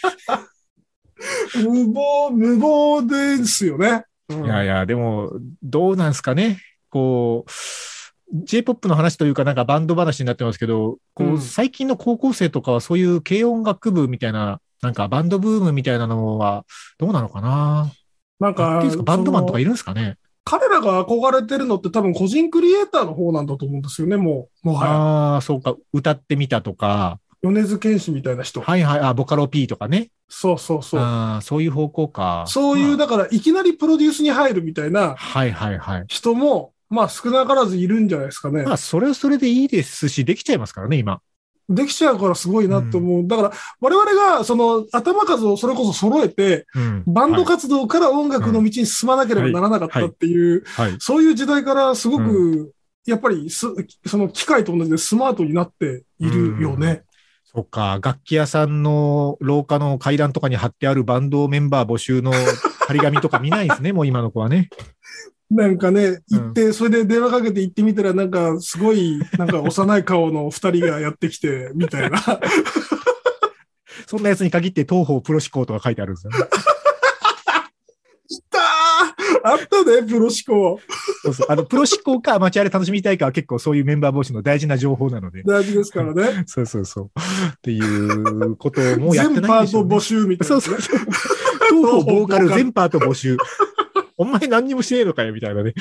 [SPEAKER 3] 無謀、無謀ですよね。うん
[SPEAKER 2] いやいや、でも、どうなんすかね。こう、 J-POP の話というか、なんかバンド話になってますけど、こう、
[SPEAKER 3] うん
[SPEAKER 2] 最近の高校生とかはそういう軽音楽部みたいな、なんかバンドブームみたいなのは、どうなのかな
[SPEAKER 3] な
[SPEAKER 2] や
[SPEAKER 3] ん
[SPEAKER 2] っ
[SPEAKER 3] か
[SPEAKER 2] てるんですか、バンドマンとかいるんですかね
[SPEAKER 3] 彼らが憧れてるのって多分個人クリエイターの方なんだと思うんですよね、もう。もは
[SPEAKER 2] ああ、そうか、歌ってみたとか、
[SPEAKER 3] や。米津玄師みたいな人。
[SPEAKER 2] はいはい、あ、ボカロ P とかね。
[SPEAKER 3] そうそうそう。
[SPEAKER 2] あーそういう方向か。
[SPEAKER 3] そういう、
[SPEAKER 2] ま
[SPEAKER 3] だからいきなりプロデュースに入るみたい
[SPEAKER 2] あ
[SPEAKER 3] な
[SPEAKER 2] はいはいはい。
[SPEAKER 3] 人も、まあ少なからずいるんじゃないですかね
[SPEAKER 2] ま。あ、それはそれでいいですし、できちゃいますからね、今。
[SPEAKER 3] できちゃうからすごいなって思う。だから我々がその頭数をそれこそ揃えて、
[SPEAKER 2] うん
[SPEAKER 3] バンド活動から音楽の道に進まなければならなかったっていう、
[SPEAKER 2] はい。はい
[SPEAKER 3] そういう時代からすご
[SPEAKER 2] う
[SPEAKER 3] く、やっぱりす、その機械と同じでスマートになっているよね。
[SPEAKER 2] そっか、楽器屋さんの廊下の階段とかに貼ってあるバンドメンバー募集の張り紙とか見ないですね、も う今の子はね。
[SPEAKER 3] なんかね、行って、それで電話かけて行ってみたら、なんかすごい、なんか幼い顔の二人がやって きて、みたいな。
[SPEAKER 2] そんなやつに限って東方プロ志向とか書いてあるんですよね。
[SPEAKER 3] いたーあったね、プロ思考。
[SPEAKER 2] そうそう。あの、プロ志向かアマチュアで楽しみたいかは結構そういうメンバー募集の大事な情報なので。
[SPEAKER 3] 大事ですからね。
[SPEAKER 2] そうそうそう。っていうことをもうやっ
[SPEAKER 3] 全
[SPEAKER 2] て
[SPEAKER 3] パ
[SPEAKER 2] ないんで
[SPEAKER 3] ー
[SPEAKER 2] しょ
[SPEAKER 3] ト
[SPEAKER 2] うね、
[SPEAKER 3] 募集みたいな
[SPEAKER 2] そ
[SPEAKER 3] ね。
[SPEAKER 2] うそうそう。東方ボーカル全パート募集。お前何にもしねえのかよ、みたいなね。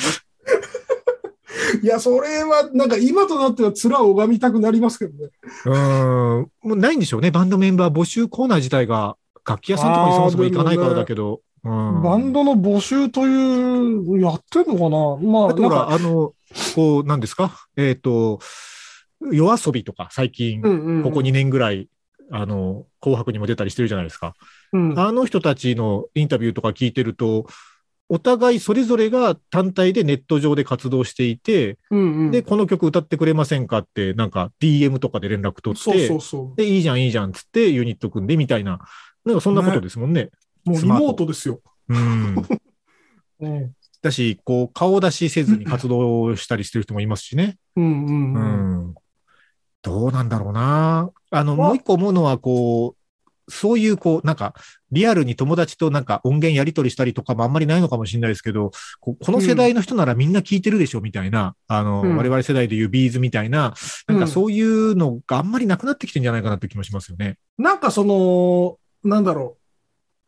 [SPEAKER 3] いや、それは、なんか今となっては面を拝みたくなりますけどね。
[SPEAKER 2] うーん。もうないんでしょうね。バンドメンバー募集コーナー自体が、楽器屋さんとかにそもそも行かないからだけど。うん
[SPEAKER 3] バンドの募集という、やってんのかなまあ、
[SPEAKER 2] あと
[SPEAKER 3] な
[SPEAKER 2] ほ、、
[SPEAKER 3] んから
[SPEAKER 2] あの、こう、なんですかえっ、と、夜遊びとか最近、
[SPEAKER 3] う
[SPEAKER 2] こ
[SPEAKER 3] んうん
[SPEAKER 2] こ2年ぐらい、あの、紅白にも出たりしてるじゃないですか。
[SPEAKER 3] うん
[SPEAKER 2] あの人たちのインタビューとか聞いてると、お互いそれぞれが単体でネット上で活動していて、
[SPEAKER 3] うんうん
[SPEAKER 2] で、この曲歌ってくれませんかって、なんか DM とかで連絡取って、
[SPEAKER 3] そうそうそ
[SPEAKER 2] で、いいじゃん、いいじゃんっつってユニット組んでみたいな、なんかそんなことですもんね。
[SPEAKER 3] う。もうリモートですよ。
[SPEAKER 2] うん。
[SPEAKER 3] うん
[SPEAKER 2] だし、こう、顔出しせずに活動したりしてる人もいますしね。
[SPEAKER 3] うん
[SPEAKER 2] う
[SPEAKER 3] うん。
[SPEAKER 2] ん。どうなんだろうな。あの、
[SPEAKER 3] まあ
[SPEAKER 2] もう一個思うのは、こう、そういう、こう、なんか、リアルに友達となんか音源やり取りしたりとかもあんまりないのかもしれないですけど、ここの世代の人ならみんな聞いてるでしょみたいな、あの、
[SPEAKER 3] うん
[SPEAKER 2] 我々世代でいうビーズみたいな、なんかそういうのがあんまりなくなってきてんじゃないかなって気もしますよね。
[SPEAKER 3] なんかその、なんだろ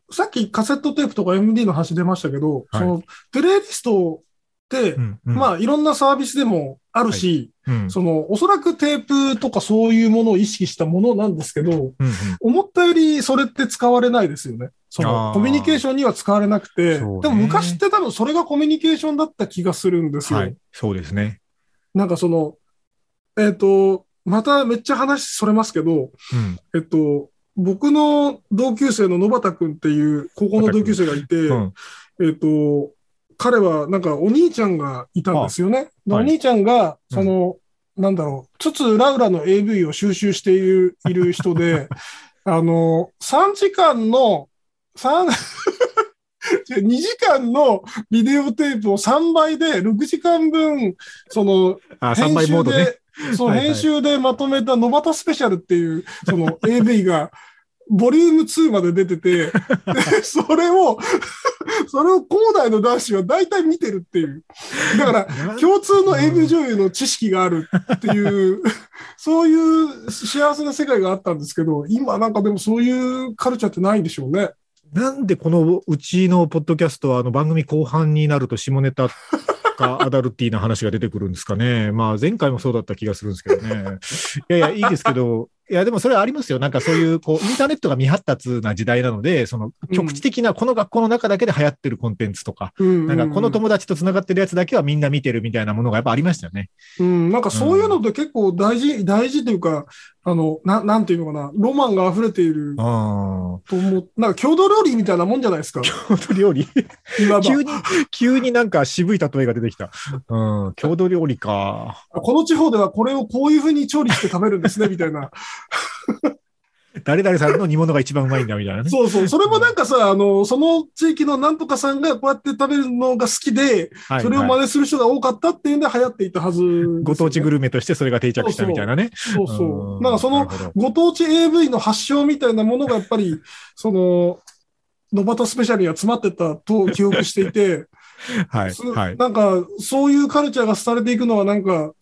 [SPEAKER 3] う。さっきカセットテープとか MD の話出ましたけど、
[SPEAKER 2] はい
[SPEAKER 3] そのプレイリストって、
[SPEAKER 2] うん。うん
[SPEAKER 3] まあいろんなサービスでもあるし、
[SPEAKER 2] うん。
[SPEAKER 3] そのおそらくテープとかそういうものを意識したものなんですけど、
[SPEAKER 2] うんうん
[SPEAKER 3] 思ったよりそれって使われないですよね。そ
[SPEAKER 2] あー
[SPEAKER 3] のコミュニケーションには使われなくて、で
[SPEAKER 2] そうね
[SPEAKER 3] も昔って多分それがコミュニケーションだった気がするんですよ。
[SPEAKER 2] はい。そうですね。
[SPEAKER 3] なんかその、えっ、と、まためっちゃ話それますけど、
[SPEAKER 2] うん。
[SPEAKER 3] えっと、僕の同級生の野畑くんっていう高校の同級生がいて、
[SPEAKER 2] うん。
[SPEAKER 3] えっと、彼はなんかお兄ちゃんがいたんですよね。で
[SPEAKER 2] はい
[SPEAKER 3] お兄ちゃんが、
[SPEAKER 2] うん
[SPEAKER 3] その、なんだろう、つつらうらの AV を収集しているいる 人で、あの、3時間の、三 違う2時間のビデオテープを3倍で6時間分、その、
[SPEAKER 2] あ、
[SPEAKER 3] 編
[SPEAKER 2] 3倍
[SPEAKER 3] 集
[SPEAKER 2] モードね。
[SPEAKER 3] で、そう、
[SPEAKER 2] はいはい
[SPEAKER 3] 編集でまとめた野端スペシャルっていう、その AV が、ボリューム2まで出 てて、でそれを、それを校内の男子は大体見てるっていう。だから、共通の AV 女優の知識があるって いう、そういう幸せな世界があったんですけど、今なんかでもそういうカルチャーってないんでしょうね。
[SPEAKER 2] なんでこのうちのポッドキャストはあの番組後半になると下ネタ かアダルティーな話が出てくるんですかね。まあ前回もそうだった気がするんですけどね。いやいや、いいですけど、いやでもそれはありますよ。なんかそういう、こう、インターネットが未発達な時代なので、その局地的なこの学校の中だけで流行ってるコンテンツとか、
[SPEAKER 3] うん
[SPEAKER 2] なんかこの友達と繋がってるやつだけはみんな見てるみたいなものがやっぱありましたよね。
[SPEAKER 3] うん、なんかそういうのって結構大事、大事というか、あの、ななんていうのかな、ロマンが溢れている
[SPEAKER 2] ああ。
[SPEAKER 3] と思う。なんか郷土料理みたいなもんじゃないですか。
[SPEAKER 2] 郷土料理
[SPEAKER 3] いわ ば
[SPEAKER 2] 急に、急になんか渋い例えが出て きた。うん、郷土料理か。
[SPEAKER 3] この地方ではこれをこういうふうに調理して食べるんですね、みた いな。
[SPEAKER 2] 誰々さんの煮物が一番うまいんだみたいなね。
[SPEAKER 3] そうそう。それもなんかさ、あの、その地域のなんとかさんがこうやって食べるのが好きで、
[SPEAKER 2] はい
[SPEAKER 3] それを
[SPEAKER 2] はい
[SPEAKER 3] 真似する人が多かったっていうんで流行っていたはずですよね、
[SPEAKER 2] ご当地グルメとしてそれが定着したみたいなね。
[SPEAKER 3] そうそうう。なんかそ、の
[SPEAKER 2] るほど
[SPEAKER 3] ご当地 AV の発祥みたいなものがやっぱり、その、野端スペシャルには詰まってたと記憶していて、
[SPEAKER 2] はい、
[SPEAKER 3] す
[SPEAKER 2] はい。
[SPEAKER 3] なんか、そういうカルチャーが廃れていくのは、なんか、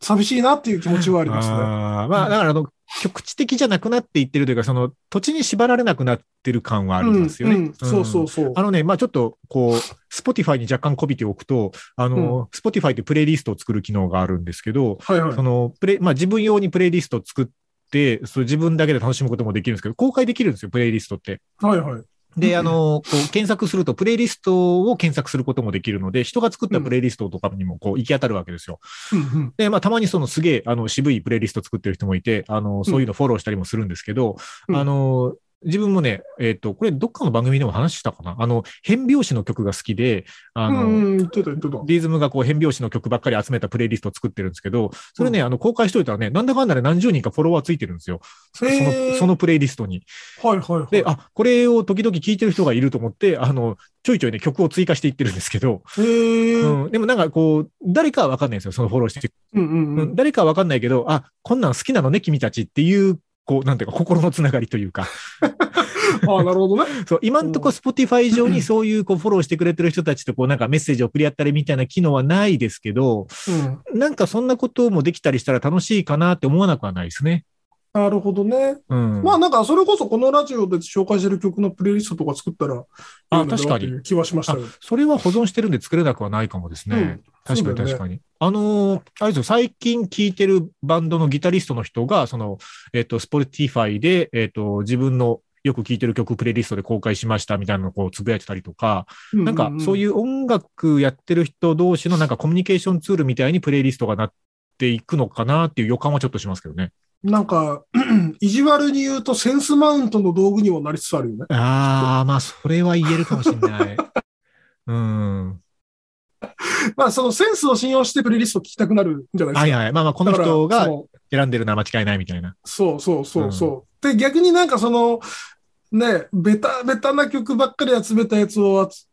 [SPEAKER 3] 寂しいなっていう気持ちはありますね。
[SPEAKER 2] あーまあ、だからあの、局地的じゃなくなっていってるというか、その土地に縛られなくなってる感はありますよね。
[SPEAKER 3] うんうんそうそうそう。
[SPEAKER 2] あのね、まあちょっと、こう、Spotify に若干こびておくと、あの、Spotify ってプレイリストを作る機能があるんですけど、
[SPEAKER 3] はいはい
[SPEAKER 2] そ。の、プレイ、まあ自分用にプレイリストを作って、そう自分だけで楽しむこともできるんですけど、公開できるんですよ、プレイリストって。
[SPEAKER 3] はいはい。
[SPEAKER 2] で、あの、こう、検索すると、プレイリストを検索することもできるので、人が作ったプレイリストとかにも、こう、行き当たるわけですよ。
[SPEAKER 3] うんうん。
[SPEAKER 2] で、まあ、たまにそのすげえ、あの、渋いプレイリスト作ってる人もいて、あの、そういうのフォローしたりもするんですけど、
[SPEAKER 3] うん
[SPEAKER 2] あの、自分もね、えっ、と、これ、どっかの番組でも話したかなあの、変拍子の曲が好きで、あの、
[SPEAKER 3] うんうん、言ってた言ってた。
[SPEAKER 2] リズムがこう変拍子の曲ばっかり集めたプレイリストを作ってるんですけど、それね、あの公開しといたらね、なんだかんだで何十人かフォロワーついてるんですよ。そ
[SPEAKER 3] へー
[SPEAKER 2] のそのプレイリストに。
[SPEAKER 3] はいはいはい。
[SPEAKER 2] で、あ、これを時々聴いてる人がいると思って、あの、ちょいちょいね、曲を追加していってるんですけど、
[SPEAKER 3] へえ。うん
[SPEAKER 2] うん、でもなんかこう、誰かはわかんないんですよ、そのフォローして
[SPEAKER 3] うんう
[SPEAKER 2] うんん。誰かわかんないけど、あ、こんなん好きなのね、君たちっていう、こう、なんていうか、心のつながりというか、
[SPEAKER 3] ああ、なるほどね。
[SPEAKER 2] そう、今んとこ Spotify 上にそういう、こう、フォローしてくれてる人たちと、こう、 なんかメッセージ送り合ったりみたいな機能はないですけど、
[SPEAKER 3] うん。
[SPEAKER 2] なんかそんなこともできたりしたら楽しいかなって思わなくはないですね。
[SPEAKER 3] なるほどね。
[SPEAKER 2] うん。
[SPEAKER 3] まあなんかそれこそこのラジオで紹介してる曲のプレイリストとか作ったらいいのだな
[SPEAKER 2] 確かに
[SPEAKER 3] っていう気はしましたけど。
[SPEAKER 2] それは保存してるんで作れなくはないかもですね。
[SPEAKER 3] うん
[SPEAKER 2] 確か
[SPEAKER 3] そ
[SPEAKER 2] に
[SPEAKER 3] うだよね
[SPEAKER 2] 確かに。あのーあれですよ、最近聴いてるバンドのギタリストの人が、その、えっと、Spotify で、えっと、自分のよく聴いてる曲プレイリストで公開しましたみたいなのをこうつぶやいてたりとか、なんかそういうう音楽やってる人同士のなんかコミュニケーションツールみたいにプレイリストがなっていくのかなっていう予感はちょっとしますけ どね。
[SPEAKER 3] ん。なんか、 意地悪に言うとセンスマウントの道具にもなりつつあるよね。
[SPEAKER 2] ああ、まあそれは言えるかもしれない。うん。
[SPEAKER 3] まあそのセンスを信用してプレイリストを聞きたくなるんじゃないですか。
[SPEAKER 2] はいはい。まあまあこの
[SPEAKER 3] だから
[SPEAKER 2] 人
[SPEAKER 3] そ
[SPEAKER 2] が
[SPEAKER 3] の
[SPEAKER 2] 選んでるのは間違いないみたいな。
[SPEAKER 3] そうそうそうそう。で、逆になんかその、ね、ベタベタな曲ばっかり集めたやつを集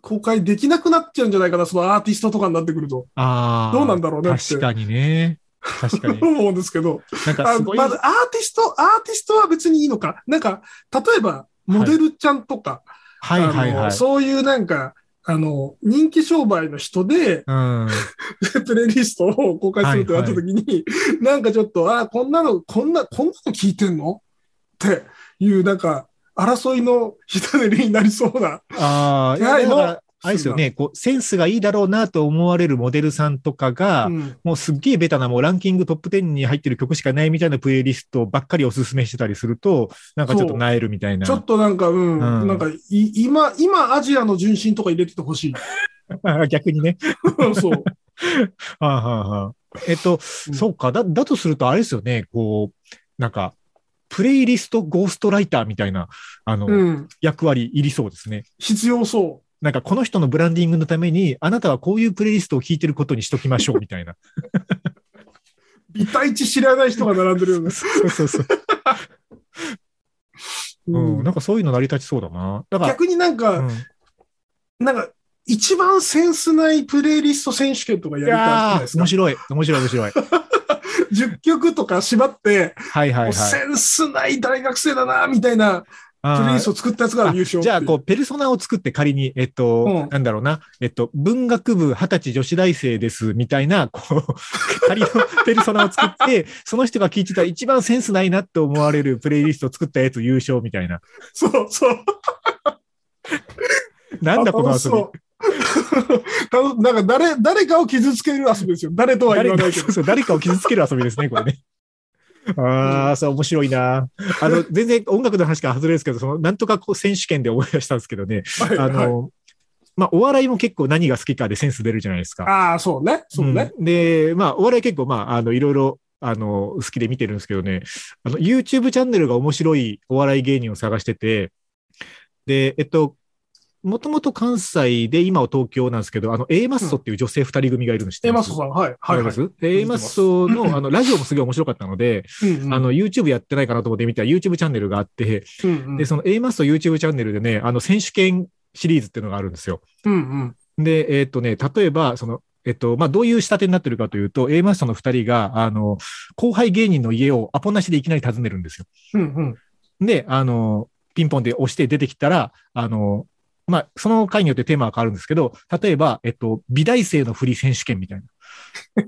[SPEAKER 3] 公開できなくなっちゃうんじゃないかな、そのアーティストとかになってくると。
[SPEAKER 2] ああ。
[SPEAKER 3] どうなんだろうねって
[SPEAKER 2] 確かにね。確 かに。
[SPEAKER 3] 思うんですけど。
[SPEAKER 2] なんか
[SPEAKER 3] あ
[SPEAKER 2] すごい。
[SPEAKER 3] まずアーティスト、アーティストは別にいいのか。なんか、例えば、モデルちゃんとか、
[SPEAKER 2] はいはい
[SPEAKER 3] あ
[SPEAKER 2] は
[SPEAKER 3] の
[SPEAKER 2] い。
[SPEAKER 3] そういうなんか、あの、人気商売の人で、
[SPEAKER 2] うん。
[SPEAKER 3] プレイリストを公開するってなった時に、なんかちょっと、あこんなの、こんな、こんなの聞いてんのっていう、なんか、争いの火種になりそうな。
[SPEAKER 2] ああ、い
[SPEAKER 3] 手配
[SPEAKER 2] やだ
[SPEAKER 3] の
[SPEAKER 2] から、あれですよね、こう、センスがいいだろうなと思われるモデルさんとかが、
[SPEAKER 3] うん
[SPEAKER 2] もうすっげえベタな、もうランキングトップ10に入ってる曲しかないみたいなプレイリストばっかりおすすめしてたりすると、なんかちょっとなえるみたいな。
[SPEAKER 3] ちょっとなんか、うん、
[SPEAKER 2] うん
[SPEAKER 3] なんかい、今、今、アジアの純真とか入れててほ しい。
[SPEAKER 2] 逆にね。
[SPEAKER 3] そう。
[SPEAKER 2] はあはあはあえっと、そうか、だ、だとするとあれですよね、こう、なんか、プレイリストゴーストライターみたいな、あの、
[SPEAKER 3] うん。
[SPEAKER 2] 役割いりそうですね。
[SPEAKER 3] 必要そう。
[SPEAKER 2] なんか、この人のブランディングのために、あなたはこういうプレイリストを聞いてることにしときましょう、み たいな。
[SPEAKER 3] ビタイチ知らない人が並んでるよね。
[SPEAKER 2] そうそうそう。うん、なんかそういうの成り立ちそうだな。だから、
[SPEAKER 3] 逆になんか、
[SPEAKER 2] うん
[SPEAKER 3] なんか、一番センスないプレイリスト選手権とかや
[SPEAKER 2] い
[SPEAKER 3] りたいじゃない
[SPEAKER 2] や
[SPEAKER 3] です
[SPEAKER 2] ー
[SPEAKER 3] か
[SPEAKER 2] 面。白い、面白い、面白い。
[SPEAKER 3] 10曲とか縛って、
[SPEAKER 2] はいはい
[SPEAKER 3] も
[SPEAKER 2] は
[SPEAKER 3] う
[SPEAKER 2] い。
[SPEAKER 3] センスない大学生だな、みたいなプ
[SPEAKER 2] あー
[SPEAKER 3] レイリストを作ったやつが優勝っていう。
[SPEAKER 2] じゃあ、こう、ペルソナを作って仮に、えっと、
[SPEAKER 3] うん
[SPEAKER 2] なんだろうな、えっと、文学部二十歳女子大生です、みたいな、こう、仮のペルソナを作って、 その人が聞いてた一番センスないなって思われるプレイリストを作ったやつ優勝みたいな。
[SPEAKER 3] そうそう。
[SPEAKER 2] なんだこの
[SPEAKER 3] 楽し
[SPEAKER 2] 遊び。
[SPEAKER 3] そう なんか誰、誰かを傷つける遊びですよ。誰とは言
[SPEAKER 2] 誰
[SPEAKER 3] わない
[SPEAKER 2] か
[SPEAKER 3] けど
[SPEAKER 2] そう。そう誰かを傷つける遊びですね、これ ね。ああ、そう、面白いな。あ の、全然音楽の話から外れですけど、その、なんとかこう選手権で思い出したんですけどね。
[SPEAKER 3] はい
[SPEAKER 2] あ
[SPEAKER 3] はい
[SPEAKER 2] の、まあ、お笑いも結構何が好きかでセンス出るじゃないですか。
[SPEAKER 3] ああ、そうね。そうね。
[SPEAKER 2] うんで、まあ、お笑い結構、まあ、あの、いろいろ、あの、好きで見てるんですけどね、あの、YouTube チャンネルが面白いお笑い芸人を探してて、で、えっと、もともと関西で、今は東京なんですけど、あの、A マッソっていう女性二人組がいるの知って
[SPEAKER 3] エマ
[SPEAKER 2] ま
[SPEAKER 3] ス
[SPEAKER 2] す
[SPEAKER 3] トさん、はい。
[SPEAKER 2] わか
[SPEAKER 3] はい、
[SPEAKER 2] り
[SPEAKER 3] は
[SPEAKER 2] ま
[SPEAKER 3] い。
[SPEAKER 2] す ?A マッソの、 あの、ラジオもすげえ面白かったので、
[SPEAKER 3] うんうん
[SPEAKER 2] あの、YouTube やってないかなと思って見たら YouTube チャンネルがあって、
[SPEAKER 3] うんうん
[SPEAKER 2] で、その A マッソ YouTube チャンネルでね、あの、選手権シリーズっていうのがあるんですよ。
[SPEAKER 3] うんうん
[SPEAKER 2] で、えっ、とね、例えば、その、えっと、まあ、どういう仕立てになってるかというと、A マスターの二人が、あの、後輩芸人の家をアポなしでいきなり訪ねるんですよ。
[SPEAKER 3] うんうん。
[SPEAKER 2] で、あの、ピンポンで押して出てきたら、あの、まあ、その回によってテーマは変わるんですけど、例えば、えっと、美大生の振り選手権みたいな。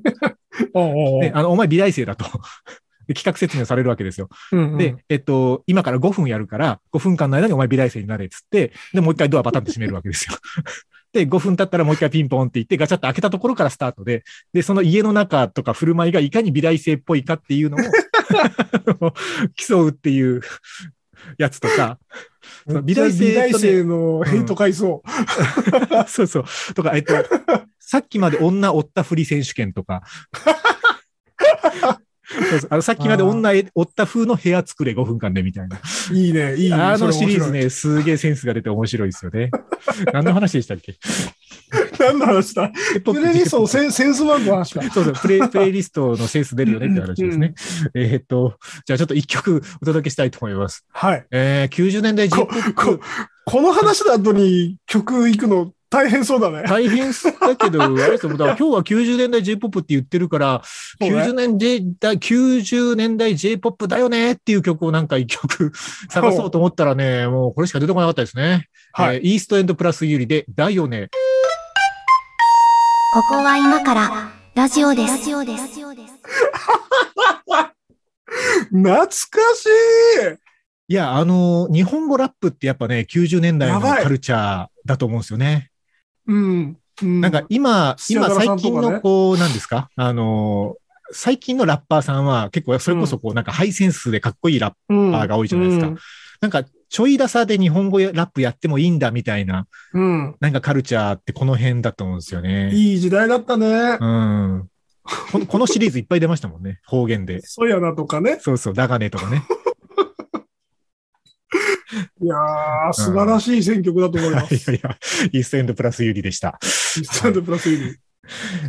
[SPEAKER 3] おうおう
[SPEAKER 2] であの、お前美大生だと。 で企画説明をされるわけですよ。
[SPEAKER 3] うんうん
[SPEAKER 2] で、えっと、今から5分やるから、5分間の間にお前美大生になれっつって、で、もう一回ドアバタンって閉めるわけですよ。 で、5分経ったらもう一回ピンポンって言って、ガチャって開けたところからスタートで、で、その家の中とか振る舞いがいかに美大生っぽいかって いうのを競うっていうやつとか、その美大生とね
[SPEAKER 3] 美大生のヘイト階層。
[SPEAKER 2] そうそう。とか、えっと、さっきまで女追ったふり選手権とか。そうそうあのさっきまで女追った風の部屋作れ5分間でみたいな。
[SPEAKER 3] いいね、いいね。
[SPEAKER 2] あ
[SPEAKER 3] そ
[SPEAKER 2] の
[SPEAKER 3] れ面
[SPEAKER 2] シ
[SPEAKER 3] 白い
[SPEAKER 2] リーズ。ね、すげえセンスが出て面白いですよね。 何の話でしたっけ
[SPEAKER 3] 何の話だプレイリストのセンセンスマンの話か。
[SPEAKER 2] そうそうプレイ、プレイリストのセンス出るよねって話ですね。えーっと、じゃあちょっと一曲お届けしたいと思います。
[SPEAKER 3] はい。
[SPEAKER 2] えー、90年代 J
[SPEAKER 3] こここの話の後に曲行くの大変そうだね。
[SPEAKER 2] 大変だけ ど、あれですよ、だから今日は90年代 J-POP って言ってるから、
[SPEAKER 3] そうね
[SPEAKER 2] 90年代、90年代 J-POP だよねっていう曲をなんか一曲 探そうと思ったらね、もうこれしか出てこなかったですね。
[SPEAKER 3] はい
[SPEAKER 2] えーイーストエンドプラスユリで、だよね。
[SPEAKER 1] ここは今からラジオです。ラジオです。
[SPEAKER 3] 懐かしい
[SPEAKER 2] いや、あのー日本語ラップってやっぱね、90年代の
[SPEAKER 3] やばい
[SPEAKER 2] カルチャーだと思うんですよね。
[SPEAKER 3] うん。
[SPEAKER 2] な
[SPEAKER 3] な
[SPEAKER 2] んか、今、
[SPEAKER 3] 土屋
[SPEAKER 2] 今
[SPEAKER 3] 太鳳さ
[SPEAKER 2] 最
[SPEAKER 3] んとかね
[SPEAKER 2] 近のこう、なんですかあのー最近のラッパーさんは結構それこそこうなんかハイセンスでかっこいいラッ
[SPEAKER 3] パ
[SPEAKER 2] パーが多いじゃないですか。なんか、ちょいダサで日本語やラップやってもいいんだみたいな、
[SPEAKER 3] うん。うん
[SPEAKER 2] なんかカルチャーってこの辺だと思うんですよね。
[SPEAKER 3] いい時代だったね
[SPEAKER 2] う。ん。このこのシリーズいっぱい出ましたもんね。方言で。
[SPEAKER 3] そうやなとかね。
[SPEAKER 2] そうそう、ダガネとか ね。
[SPEAKER 3] いやー、素晴らしい選曲だと思い
[SPEAKER 2] いや
[SPEAKER 3] ま
[SPEAKER 2] い
[SPEAKER 3] す。
[SPEAKER 2] やいや、イーストエンドプラスユリでした。
[SPEAKER 3] イースタンドプラスユニ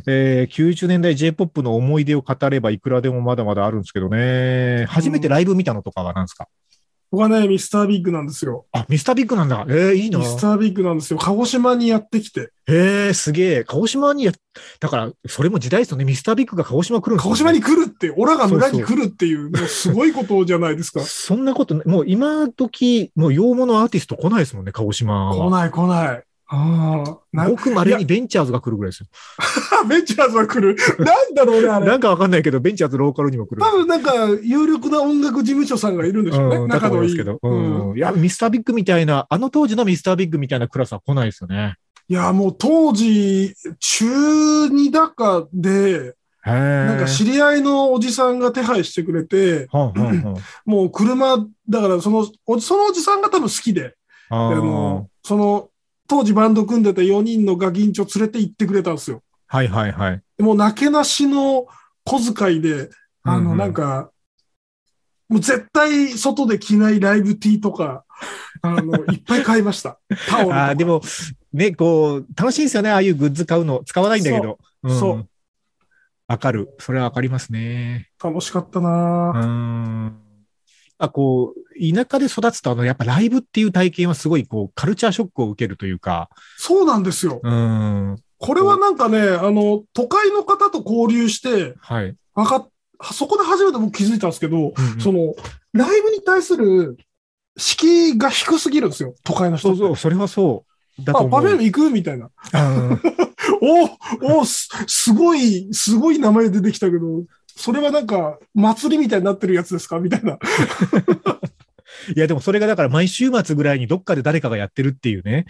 [SPEAKER 2] えー、90年代 J-POP の思い出を語ればいくらでもまだまだあるんですけどね。初めてライブ見たのとかは何ですか
[SPEAKER 3] 僕はね、ミスタービッグなんですよ。
[SPEAKER 2] あ、ミスタービッグなんだ。えー、いいな
[SPEAKER 3] ミ。スタービッグなんですよ。鹿児島にやってきて。
[SPEAKER 2] えー、すげえ。鹿児島にや、だから、それも時代ですよね。ミスタービッグが鹿児島来るんで
[SPEAKER 3] 鹿
[SPEAKER 2] すよね。
[SPEAKER 3] 児島に来るって、オラが村に来るっていう、もうすごいことじゃないですか
[SPEAKER 2] そんなことない。もう今時、もう洋物アーティスト来ないですもんね、鹿児島
[SPEAKER 3] 来
[SPEAKER 2] は。
[SPEAKER 3] ない来ない。ああ。な
[SPEAKER 2] ごくまれにベンチャーズが来るぐらいですよ。
[SPEAKER 3] ベンチャーズは来る。なんだろうね、あれ。
[SPEAKER 2] なんかわかんないけど、ベンチャーズローカルにも来る。
[SPEAKER 3] 多分なんか、有力な音楽事務所さんがいるんでしょうね。
[SPEAKER 2] うん、だと
[SPEAKER 3] 仲
[SPEAKER 2] 思いま
[SPEAKER 3] のい
[SPEAKER 2] す
[SPEAKER 3] い。
[SPEAKER 2] けど。
[SPEAKER 3] うん
[SPEAKER 2] うん。いや、ミスタービッグみたいな、あの当時のミスタービッグみたいなクラスは来ないですよね。
[SPEAKER 3] いや、もう当時、中2だかで、
[SPEAKER 2] へえ。
[SPEAKER 3] なんか知り合いのおじさんが手配してくれて、
[SPEAKER 2] はんはんはん。
[SPEAKER 3] もう車、だからその、おそのおじさんが多分好きで、
[SPEAKER 2] あ
[SPEAKER 3] あ
[SPEAKER 2] ー
[SPEAKER 3] のその、当時バンド組んでた4人のガキンチョ連れて行ってくれたんですよ。
[SPEAKER 2] はいはいはい。
[SPEAKER 3] でもうなけなしの小遣いで、あ
[SPEAKER 2] うんう
[SPEAKER 3] の、
[SPEAKER 2] ん
[SPEAKER 3] なんか、もう絶対外で着ないライブ T とか、あの、いっぱい買いました。タオルとか
[SPEAKER 2] ああ、でも、ね、こう、楽しいですよね。ああいうグッズ買うの。使わないんだけど。
[SPEAKER 3] うそうん
[SPEAKER 2] わかる。それはわかりますね。
[SPEAKER 3] 楽しかったな
[SPEAKER 2] う
[SPEAKER 3] ぁ
[SPEAKER 2] んあこう、田舎で育つと、あの、やっぱライブっていう体験はすごい、こう、カルチャーショックを受けるというか、
[SPEAKER 3] そうなんですよ。
[SPEAKER 2] うん、
[SPEAKER 3] これはなんかね、あの、都会の方と交流して、
[SPEAKER 2] はい。
[SPEAKER 3] わかっ、そこで初めて僕気づいたんですけど、そ
[SPEAKER 2] そ
[SPEAKER 3] の、ライブに対する敷居が低すぎるんですよ、都会の人
[SPEAKER 2] そ
[SPEAKER 3] っ
[SPEAKER 2] う
[SPEAKER 3] て。
[SPEAKER 2] そう、それはそう。だと
[SPEAKER 3] あ、
[SPEAKER 2] 思
[SPEAKER 3] パ
[SPEAKER 2] う。
[SPEAKER 3] フェーム行くみたいな。
[SPEAKER 2] うん
[SPEAKER 3] おおす、すごい、すごい名前出てきたけど、それはなんか、祭りみたいになってるやつですかみたいな。
[SPEAKER 2] いや、でもそれがだから毎週末ぐらいにどっかで誰かがやってるっていうね。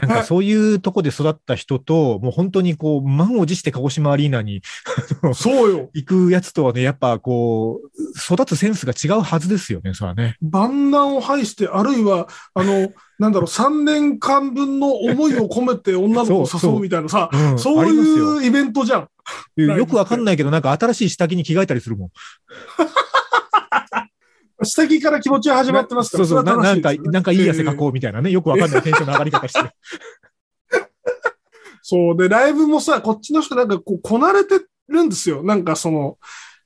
[SPEAKER 2] なんかそういうとこで育った人と、もう本当にこう、満を持して鹿児島アリーナに
[SPEAKER 3] そうよ。
[SPEAKER 2] 行くやつとはね、やっぱこう、育つセンスが違うはずですよね、それはね。
[SPEAKER 3] 万難を排して、あるいは、あの、なんだろう、3年間分の思いを込めて女の子
[SPEAKER 2] そう
[SPEAKER 3] を誘
[SPEAKER 2] そう
[SPEAKER 3] うみたいなさ、
[SPEAKER 2] うん
[SPEAKER 3] そう
[SPEAKER 2] ありますよ
[SPEAKER 3] いうイベントじゃん。ライブって
[SPEAKER 2] よくわかんないけど、なんか新しい下着に着替えたりするもん。
[SPEAKER 3] 下着から気持ちが始まってますから、
[SPEAKER 2] そうそう、な
[SPEAKER 3] れは
[SPEAKER 2] な
[SPEAKER 3] 楽し
[SPEAKER 2] ん
[SPEAKER 3] いで
[SPEAKER 2] か、
[SPEAKER 3] すよね
[SPEAKER 2] なんかいい汗かこうみたいなね、よくわかんないテンションの上がり方してる。
[SPEAKER 3] そうで、ライブもさ、こっちの人なんかこう、こなれてるんですよ。なんかその、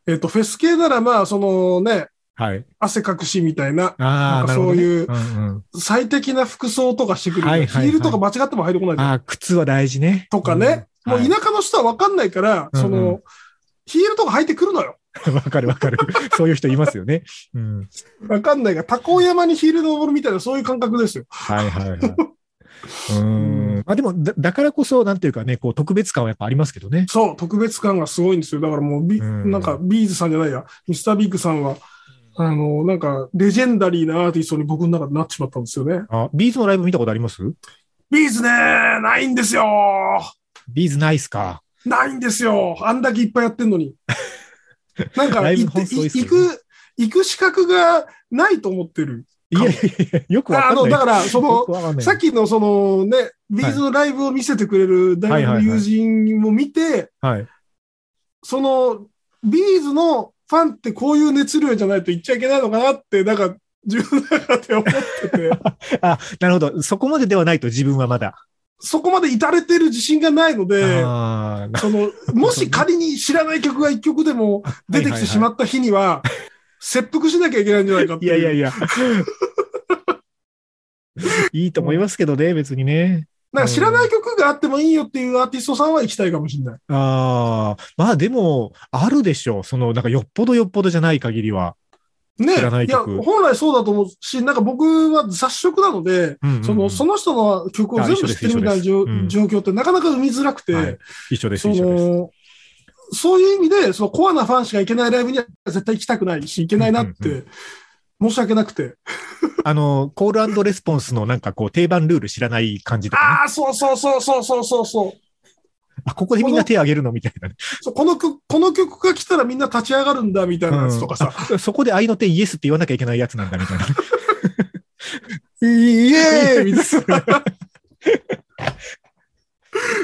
[SPEAKER 3] えっ、と、フェス系ならまあ、そのね、
[SPEAKER 2] はい。
[SPEAKER 3] 汗かくしみたいな、
[SPEAKER 2] あ
[SPEAKER 3] なん
[SPEAKER 2] あ、
[SPEAKER 3] か
[SPEAKER 2] なる
[SPEAKER 3] そ
[SPEAKER 2] ほど、
[SPEAKER 3] う
[SPEAKER 2] ね。
[SPEAKER 3] いう
[SPEAKER 2] うんうん
[SPEAKER 3] 最適な服装とかしてくる。
[SPEAKER 2] はいはいはい
[SPEAKER 3] ヒールとか間違っても入ってこないじゃん
[SPEAKER 2] ああ、靴は大事ね。
[SPEAKER 3] とかね。
[SPEAKER 2] うん
[SPEAKER 3] もう田舎の人はわかんないから、
[SPEAKER 2] うんうん
[SPEAKER 3] その、ヒールとか入ってくるのよ。
[SPEAKER 2] わかるわかる。 そういう人いますよね。うん。
[SPEAKER 3] わかんないが、高尾山にヒール登るみたいな、そういう感覚ですよ。
[SPEAKER 2] はいはいはい。うんまあでもだ、だからこそ、なんていうかね、こう特別感はやっぱありますけどね。
[SPEAKER 3] そう、特別感がすごいんですよ。だからもうビ、
[SPEAKER 2] うん
[SPEAKER 3] なんか、ビーズさんじゃないや、ミスタービッグさんは、あの、なんか、レジェンダリーなアーティストに僕の中でなってしまったんですよね。
[SPEAKER 2] あ、ビーズのライブ見たことあります
[SPEAKER 3] ビーズね、ないんですよ
[SPEAKER 2] ビーズないっすか。
[SPEAKER 3] ないんですよあんだけいっぱいやってん のに。なんか、
[SPEAKER 2] ライブ
[SPEAKER 3] 行
[SPEAKER 2] の
[SPEAKER 3] って
[SPEAKER 2] 本数多いっすよ
[SPEAKER 3] 行
[SPEAKER 2] ね
[SPEAKER 3] く、行く資格がないと思ってる。
[SPEAKER 2] いやいやいや、よくわか
[SPEAKER 3] あ
[SPEAKER 2] んな
[SPEAKER 3] の、
[SPEAKER 2] い。
[SPEAKER 3] だから、その
[SPEAKER 2] よく、わかんない
[SPEAKER 3] さっきのそのね、ビーズのライブを見せてくれる大学の友人も見て、
[SPEAKER 2] はい。
[SPEAKER 3] その、ビーズのファンってこういう熱量じゃないと言っちゃいけないのかなって、なんか、自分の中で思っ てて、
[SPEAKER 2] あ、なるほど。そこまでではないと自分はまだ。
[SPEAKER 3] そこまで至れてる自信がないので、
[SPEAKER 2] あーな
[SPEAKER 3] その、もし仮に知らない曲が一曲でも出てきてしまった日には、切腹しなきゃいけないんじゃないかって
[SPEAKER 2] い
[SPEAKER 3] いう。
[SPEAKER 2] やいやいや。 いいと思いますけどね、別にね。
[SPEAKER 3] なんか知らない曲があってもいいよっていうアーティストさんは行きたいかもしれない。
[SPEAKER 2] ああ、まあでも、あるでしょう。その、なんかよっぽどよっぽどじゃない限りは。
[SPEAKER 3] ね
[SPEAKER 2] 知らない曲
[SPEAKER 3] や、本来そうだと思うし、なんか僕は雑食なので、
[SPEAKER 2] うんうんうん
[SPEAKER 3] その、その人の曲を全部知ってるみたいなじ
[SPEAKER 2] あ
[SPEAKER 3] ょ
[SPEAKER 2] 一緒です一緒です
[SPEAKER 3] 状況ってなかなか生みづらくて、
[SPEAKER 2] はい一緒です、
[SPEAKER 3] そ
[SPEAKER 2] 一緒です。
[SPEAKER 3] の、そういう意味で、そのコアなファンしか行けないライブには絶対行きたくないし、行けないなっ
[SPEAKER 2] うんうん
[SPEAKER 3] て、申し訳なくて。
[SPEAKER 2] あの、コールレスポンスのなんかこう、定番ルール知らない感じとかね。
[SPEAKER 3] ああ、そうそうそうそうそうそうそう
[SPEAKER 2] あ、ここでみんな手挙げるのみたいなね。
[SPEAKER 3] そう。この曲、この曲が来たらみんな立ち上がるんだみたいなやつとかさ、
[SPEAKER 2] そこで愛の手イエスって言わなきゃいけないやつなんだみ たいな。
[SPEAKER 3] イエ ーイみたい
[SPEAKER 2] そう
[SPEAKER 3] な。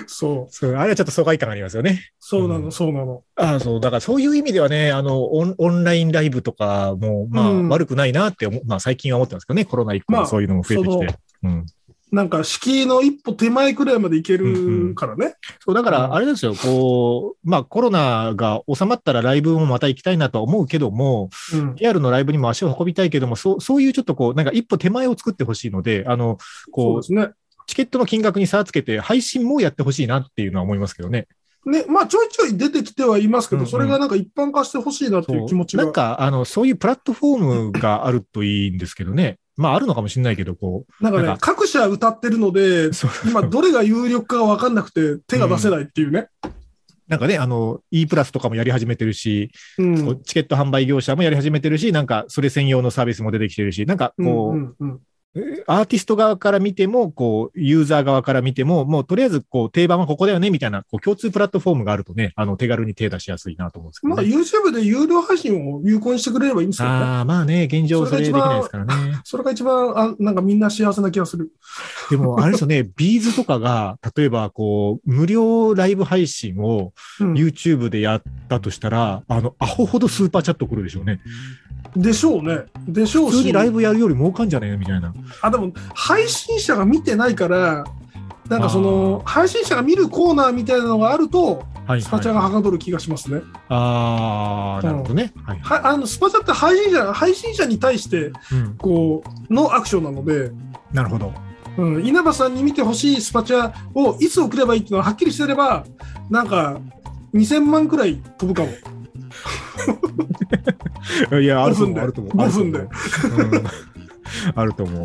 [SPEAKER 3] そう、
[SPEAKER 2] そうあれはちょっと疎外感ありますよね。
[SPEAKER 3] そうな
[SPEAKER 2] う
[SPEAKER 3] の、
[SPEAKER 2] ん
[SPEAKER 3] そうなの。
[SPEAKER 2] ああ、そう。だからそういう意味ではね、あの、オンオンラインライブとかも、まあ、
[SPEAKER 3] うん
[SPEAKER 2] 悪くないなって思う、まあ最近は思ってますけどね、コロナ以
[SPEAKER 3] ま
[SPEAKER 2] 降
[SPEAKER 3] あ
[SPEAKER 2] そういうのも増えてきて。うん、
[SPEAKER 3] なんか敷居の一歩手前くらいまで行け
[SPEAKER 2] うんう
[SPEAKER 3] る
[SPEAKER 2] ん
[SPEAKER 3] からね。
[SPEAKER 2] そう、だか
[SPEAKER 3] うん
[SPEAKER 2] ら、あれですよ、こう、まあ、コロナが収まったらライブもまた行きたいなとは思うけども、
[SPEAKER 3] うん
[SPEAKER 2] リアルのライブにも足を運びたいけども、そう、そういうちょっとこう、なんか一歩手前を作ってほしいので、あの、
[SPEAKER 3] そう
[SPEAKER 2] こ
[SPEAKER 3] で
[SPEAKER 2] う、
[SPEAKER 3] すね。
[SPEAKER 2] チケットの金額に差つけて、配信もやってほしいなっていうのは思いますけどね。
[SPEAKER 3] ね、まあちょいちょい出てきてはいますけど、
[SPEAKER 2] うんうん
[SPEAKER 3] それがなんか一般化してほしいなっていう気持ちが。
[SPEAKER 2] なんか、あの、そういうプラットフォームがあるといいんですけどね。まあ、あるのかもしれないけど、こ
[SPEAKER 3] なんかね
[SPEAKER 2] なんか
[SPEAKER 3] 各社歌ってるので
[SPEAKER 2] う、、そう
[SPEAKER 3] 今どれが有力かわかんなくて手が出せないっていうね。
[SPEAKER 2] なんかね、あの、E プラスとかもやり始めてるし、
[SPEAKER 3] うん。
[SPEAKER 2] こうチケット販売業者もやり始めてるし、なんか、それ専用のサービスも出てきてるし、なんか、
[SPEAKER 3] うん
[SPEAKER 2] こう、
[SPEAKER 3] うんうん
[SPEAKER 2] アーティスト側から見ても、こう、ユーザー側から見ても、もうとりあえず、こう、定番はここだよね、みたいな、こう、共通プラットフォームがあるとね、あの、手軽に手出しやすいなと思うんですけど
[SPEAKER 3] まあ
[SPEAKER 2] ね、
[SPEAKER 3] YouTube で有料配信を有効にしてくれればいいんですけどね。
[SPEAKER 2] ああ、まあね、現状
[SPEAKER 3] そ
[SPEAKER 2] そ
[SPEAKER 3] れ
[SPEAKER 2] れ
[SPEAKER 3] が一
[SPEAKER 2] でき
[SPEAKER 3] 番
[SPEAKER 2] ないですからね。
[SPEAKER 3] それが一番あ、なんかみんな幸せな気がする。
[SPEAKER 2] でも、あれですよね、 ビーズとかが、例えば、こう、無料ライブ配信を
[SPEAKER 3] うん、
[SPEAKER 2] YouTube でやったとしたら、あの、アホほどスーパーチャット来るでしょうね。
[SPEAKER 3] でしょうね。でしょう
[SPEAKER 2] 普通に
[SPEAKER 3] し。
[SPEAKER 2] ライブやるより儲かんじゃねえみたいな。
[SPEAKER 3] あ、でも配信者が見てないから、なんかその、
[SPEAKER 2] あ
[SPEAKER 3] 配信者が見るコーナーみたいなのがあると、
[SPEAKER 2] はい、
[SPEAKER 3] スパチャ
[SPEAKER 2] は
[SPEAKER 3] が
[SPEAKER 2] い。
[SPEAKER 3] はかどる気がしますね。
[SPEAKER 2] ああ、なるほどね。はい。
[SPEAKER 3] はあのスパチャって配信者配信者に対して
[SPEAKER 2] うん、
[SPEAKER 3] こうのアクションなので、
[SPEAKER 2] なるほど。
[SPEAKER 3] うん、稲葉さんに見てほしいスパチャをいつ送ればいいっていうのははっきりしてればなんか2000万くらい飛ぶかも。
[SPEAKER 2] いや、あると思
[SPEAKER 3] 5分で
[SPEAKER 2] う。あると思う。
[SPEAKER 3] 5分で
[SPEAKER 2] うん。 あると思う。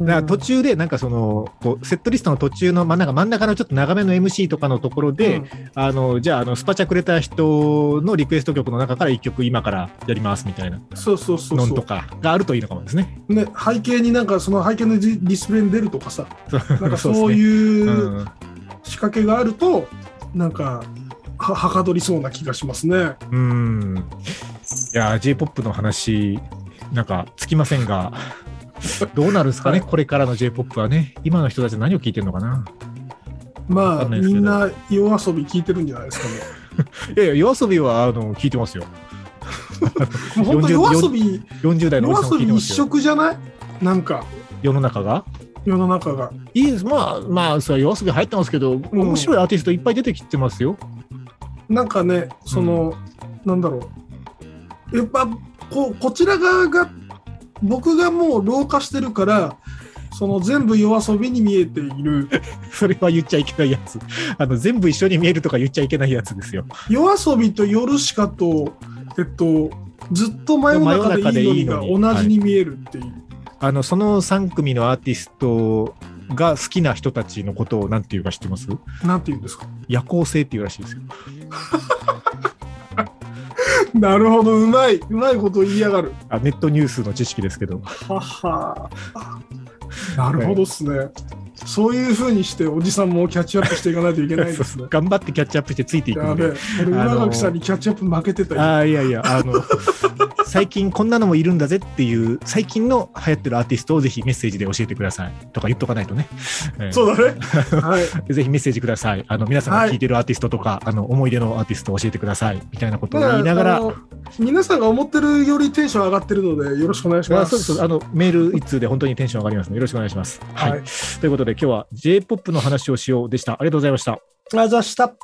[SPEAKER 2] だから途中で、なんかその、こうセットリストの途中の、まあ、なんか真ん中のちょっと長めの MC とかのところで、
[SPEAKER 3] うん
[SPEAKER 2] あの、じゃあ、あの、スパチャくれた人のリクエスト曲の中から一曲今からやりますみたいな、
[SPEAKER 3] そうそうそう
[SPEAKER 2] のん
[SPEAKER 3] そ
[SPEAKER 2] とかがあるといいのかもですね。
[SPEAKER 3] う、ね、背景になんかその背景のディスプレイに出るとかさなんか
[SPEAKER 2] そ
[SPEAKER 3] そう
[SPEAKER 2] ですね
[SPEAKER 3] ういう
[SPEAKER 2] うん。
[SPEAKER 3] 仕掛けがあるとなんかははかどりそうな気がしますね。
[SPEAKER 2] うん。いや、J-POP の話、なんか、つきませんが、 どうなるんですかね、これからの J-POP はね。今の人たち何を聞いてるのかな。
[SPEAKER 3] ま
[SPEAKER 2] わ
[SPEAKER 3] あ
[SPEAKER 2] かんないです
[SPEAKER 3] み
[SPEAKER 2] けど
[SPEAKER 3] んな夜遊び聞いてるんじゃない ですかね。
[SPEAKER 2] いやいや、夜遊びは、あの、聞いてますよ。
[SPEAKER 3] もう本当夜遊び
[SPEAKER 2] 40代のおじさんも聞
[SPEAKER 3] 夜遊
[SPEAKER 2] いて
[SPEAKER 3] び
[SPEAKER 2] ま
[SPEAKER 3] 一
[SPEAKER 2] すよ。
[SPEAKER 3] 色じゃないなんか
[SPEAKER 2] 世の中が。
[SPEAKER 3] 世の中が。
[SPEAKER 2] いいです。まあ、まあ、それは夜遊び入ってますけど、面白いアーティストいっぱい出てきてますよ。
[SPEAKER 3] なんかね、その、なんだろう。やっぱここちら側が僕がもう老化してるからその全部夜遊びに見えている
[SPEAKER 2] それは言っちゃいけないやつ。あの、全部一緒に見えるとか言っちゃいけないやつですよ。
[SPEAKER 3] 夜遊びと夜しかとえっとずっと真夜中でいいのにが同じに見えるっていう。
[SPEAKER 2] あの、その3組のアーティストが好きな人たちのことをなんていうか知ってます
[SPEAKER 3] なんて言うんですか。
[SPEAKER 2] 夜行性っていうらしいですよ。
[SPEAKER 3] なるほど、うまい。うまいことを言いやがる。
[SPEAKER 2] あネットニュースの知識ですけど。。
[SPEAKER 3] はは。なるほどっすね。そういうふうにしておじさんもキャッチアップしていかないといけないですね
[SPEAKER 2] 頑張ってキャッチアップしてついていく
[SPEAKER 3] や
[SPEAKER 2] ん
[SPEAKER 3] べえ
[SPEAKER 2] で。、
[SPEAKER 3] 俺、
[SPEAKER 2] あのー
[SPEAKER 3] 浦垣さんにキャッチアップ負けてたよ。
[SPEAKER 2] ああ、いやいや、あの、 最近こんなのもいるんだぜっていう、最近の流行ってるアーティストをぜひメッセージで教えてくださいとか言っとかないと ね。ええ
[SPEAKER 3] そうだね。 はい。
[SPEAKER 2] ぜひメッセージください。あの、皆さんが聴いてるアーティストとか、あの、思い出のアーティストを教えてください。みたいなことを言いながら、
[SPEAKER 3] あの皆さんが思ってるよりテンション上がってるので、よろしくお願いしま
[SPEAKER 2] あ
[SPEAKER 3] す。
[SPEAKER 2] そうですあのメール一通で本当にテンション上がりますのでよろしくお願いします。はい、
[SPEAKER 3] はい
[SPEAKER 2] ということで今日は J−POP の話をしようでした。ありがとうございました。
[SPEAKER 3] あざした。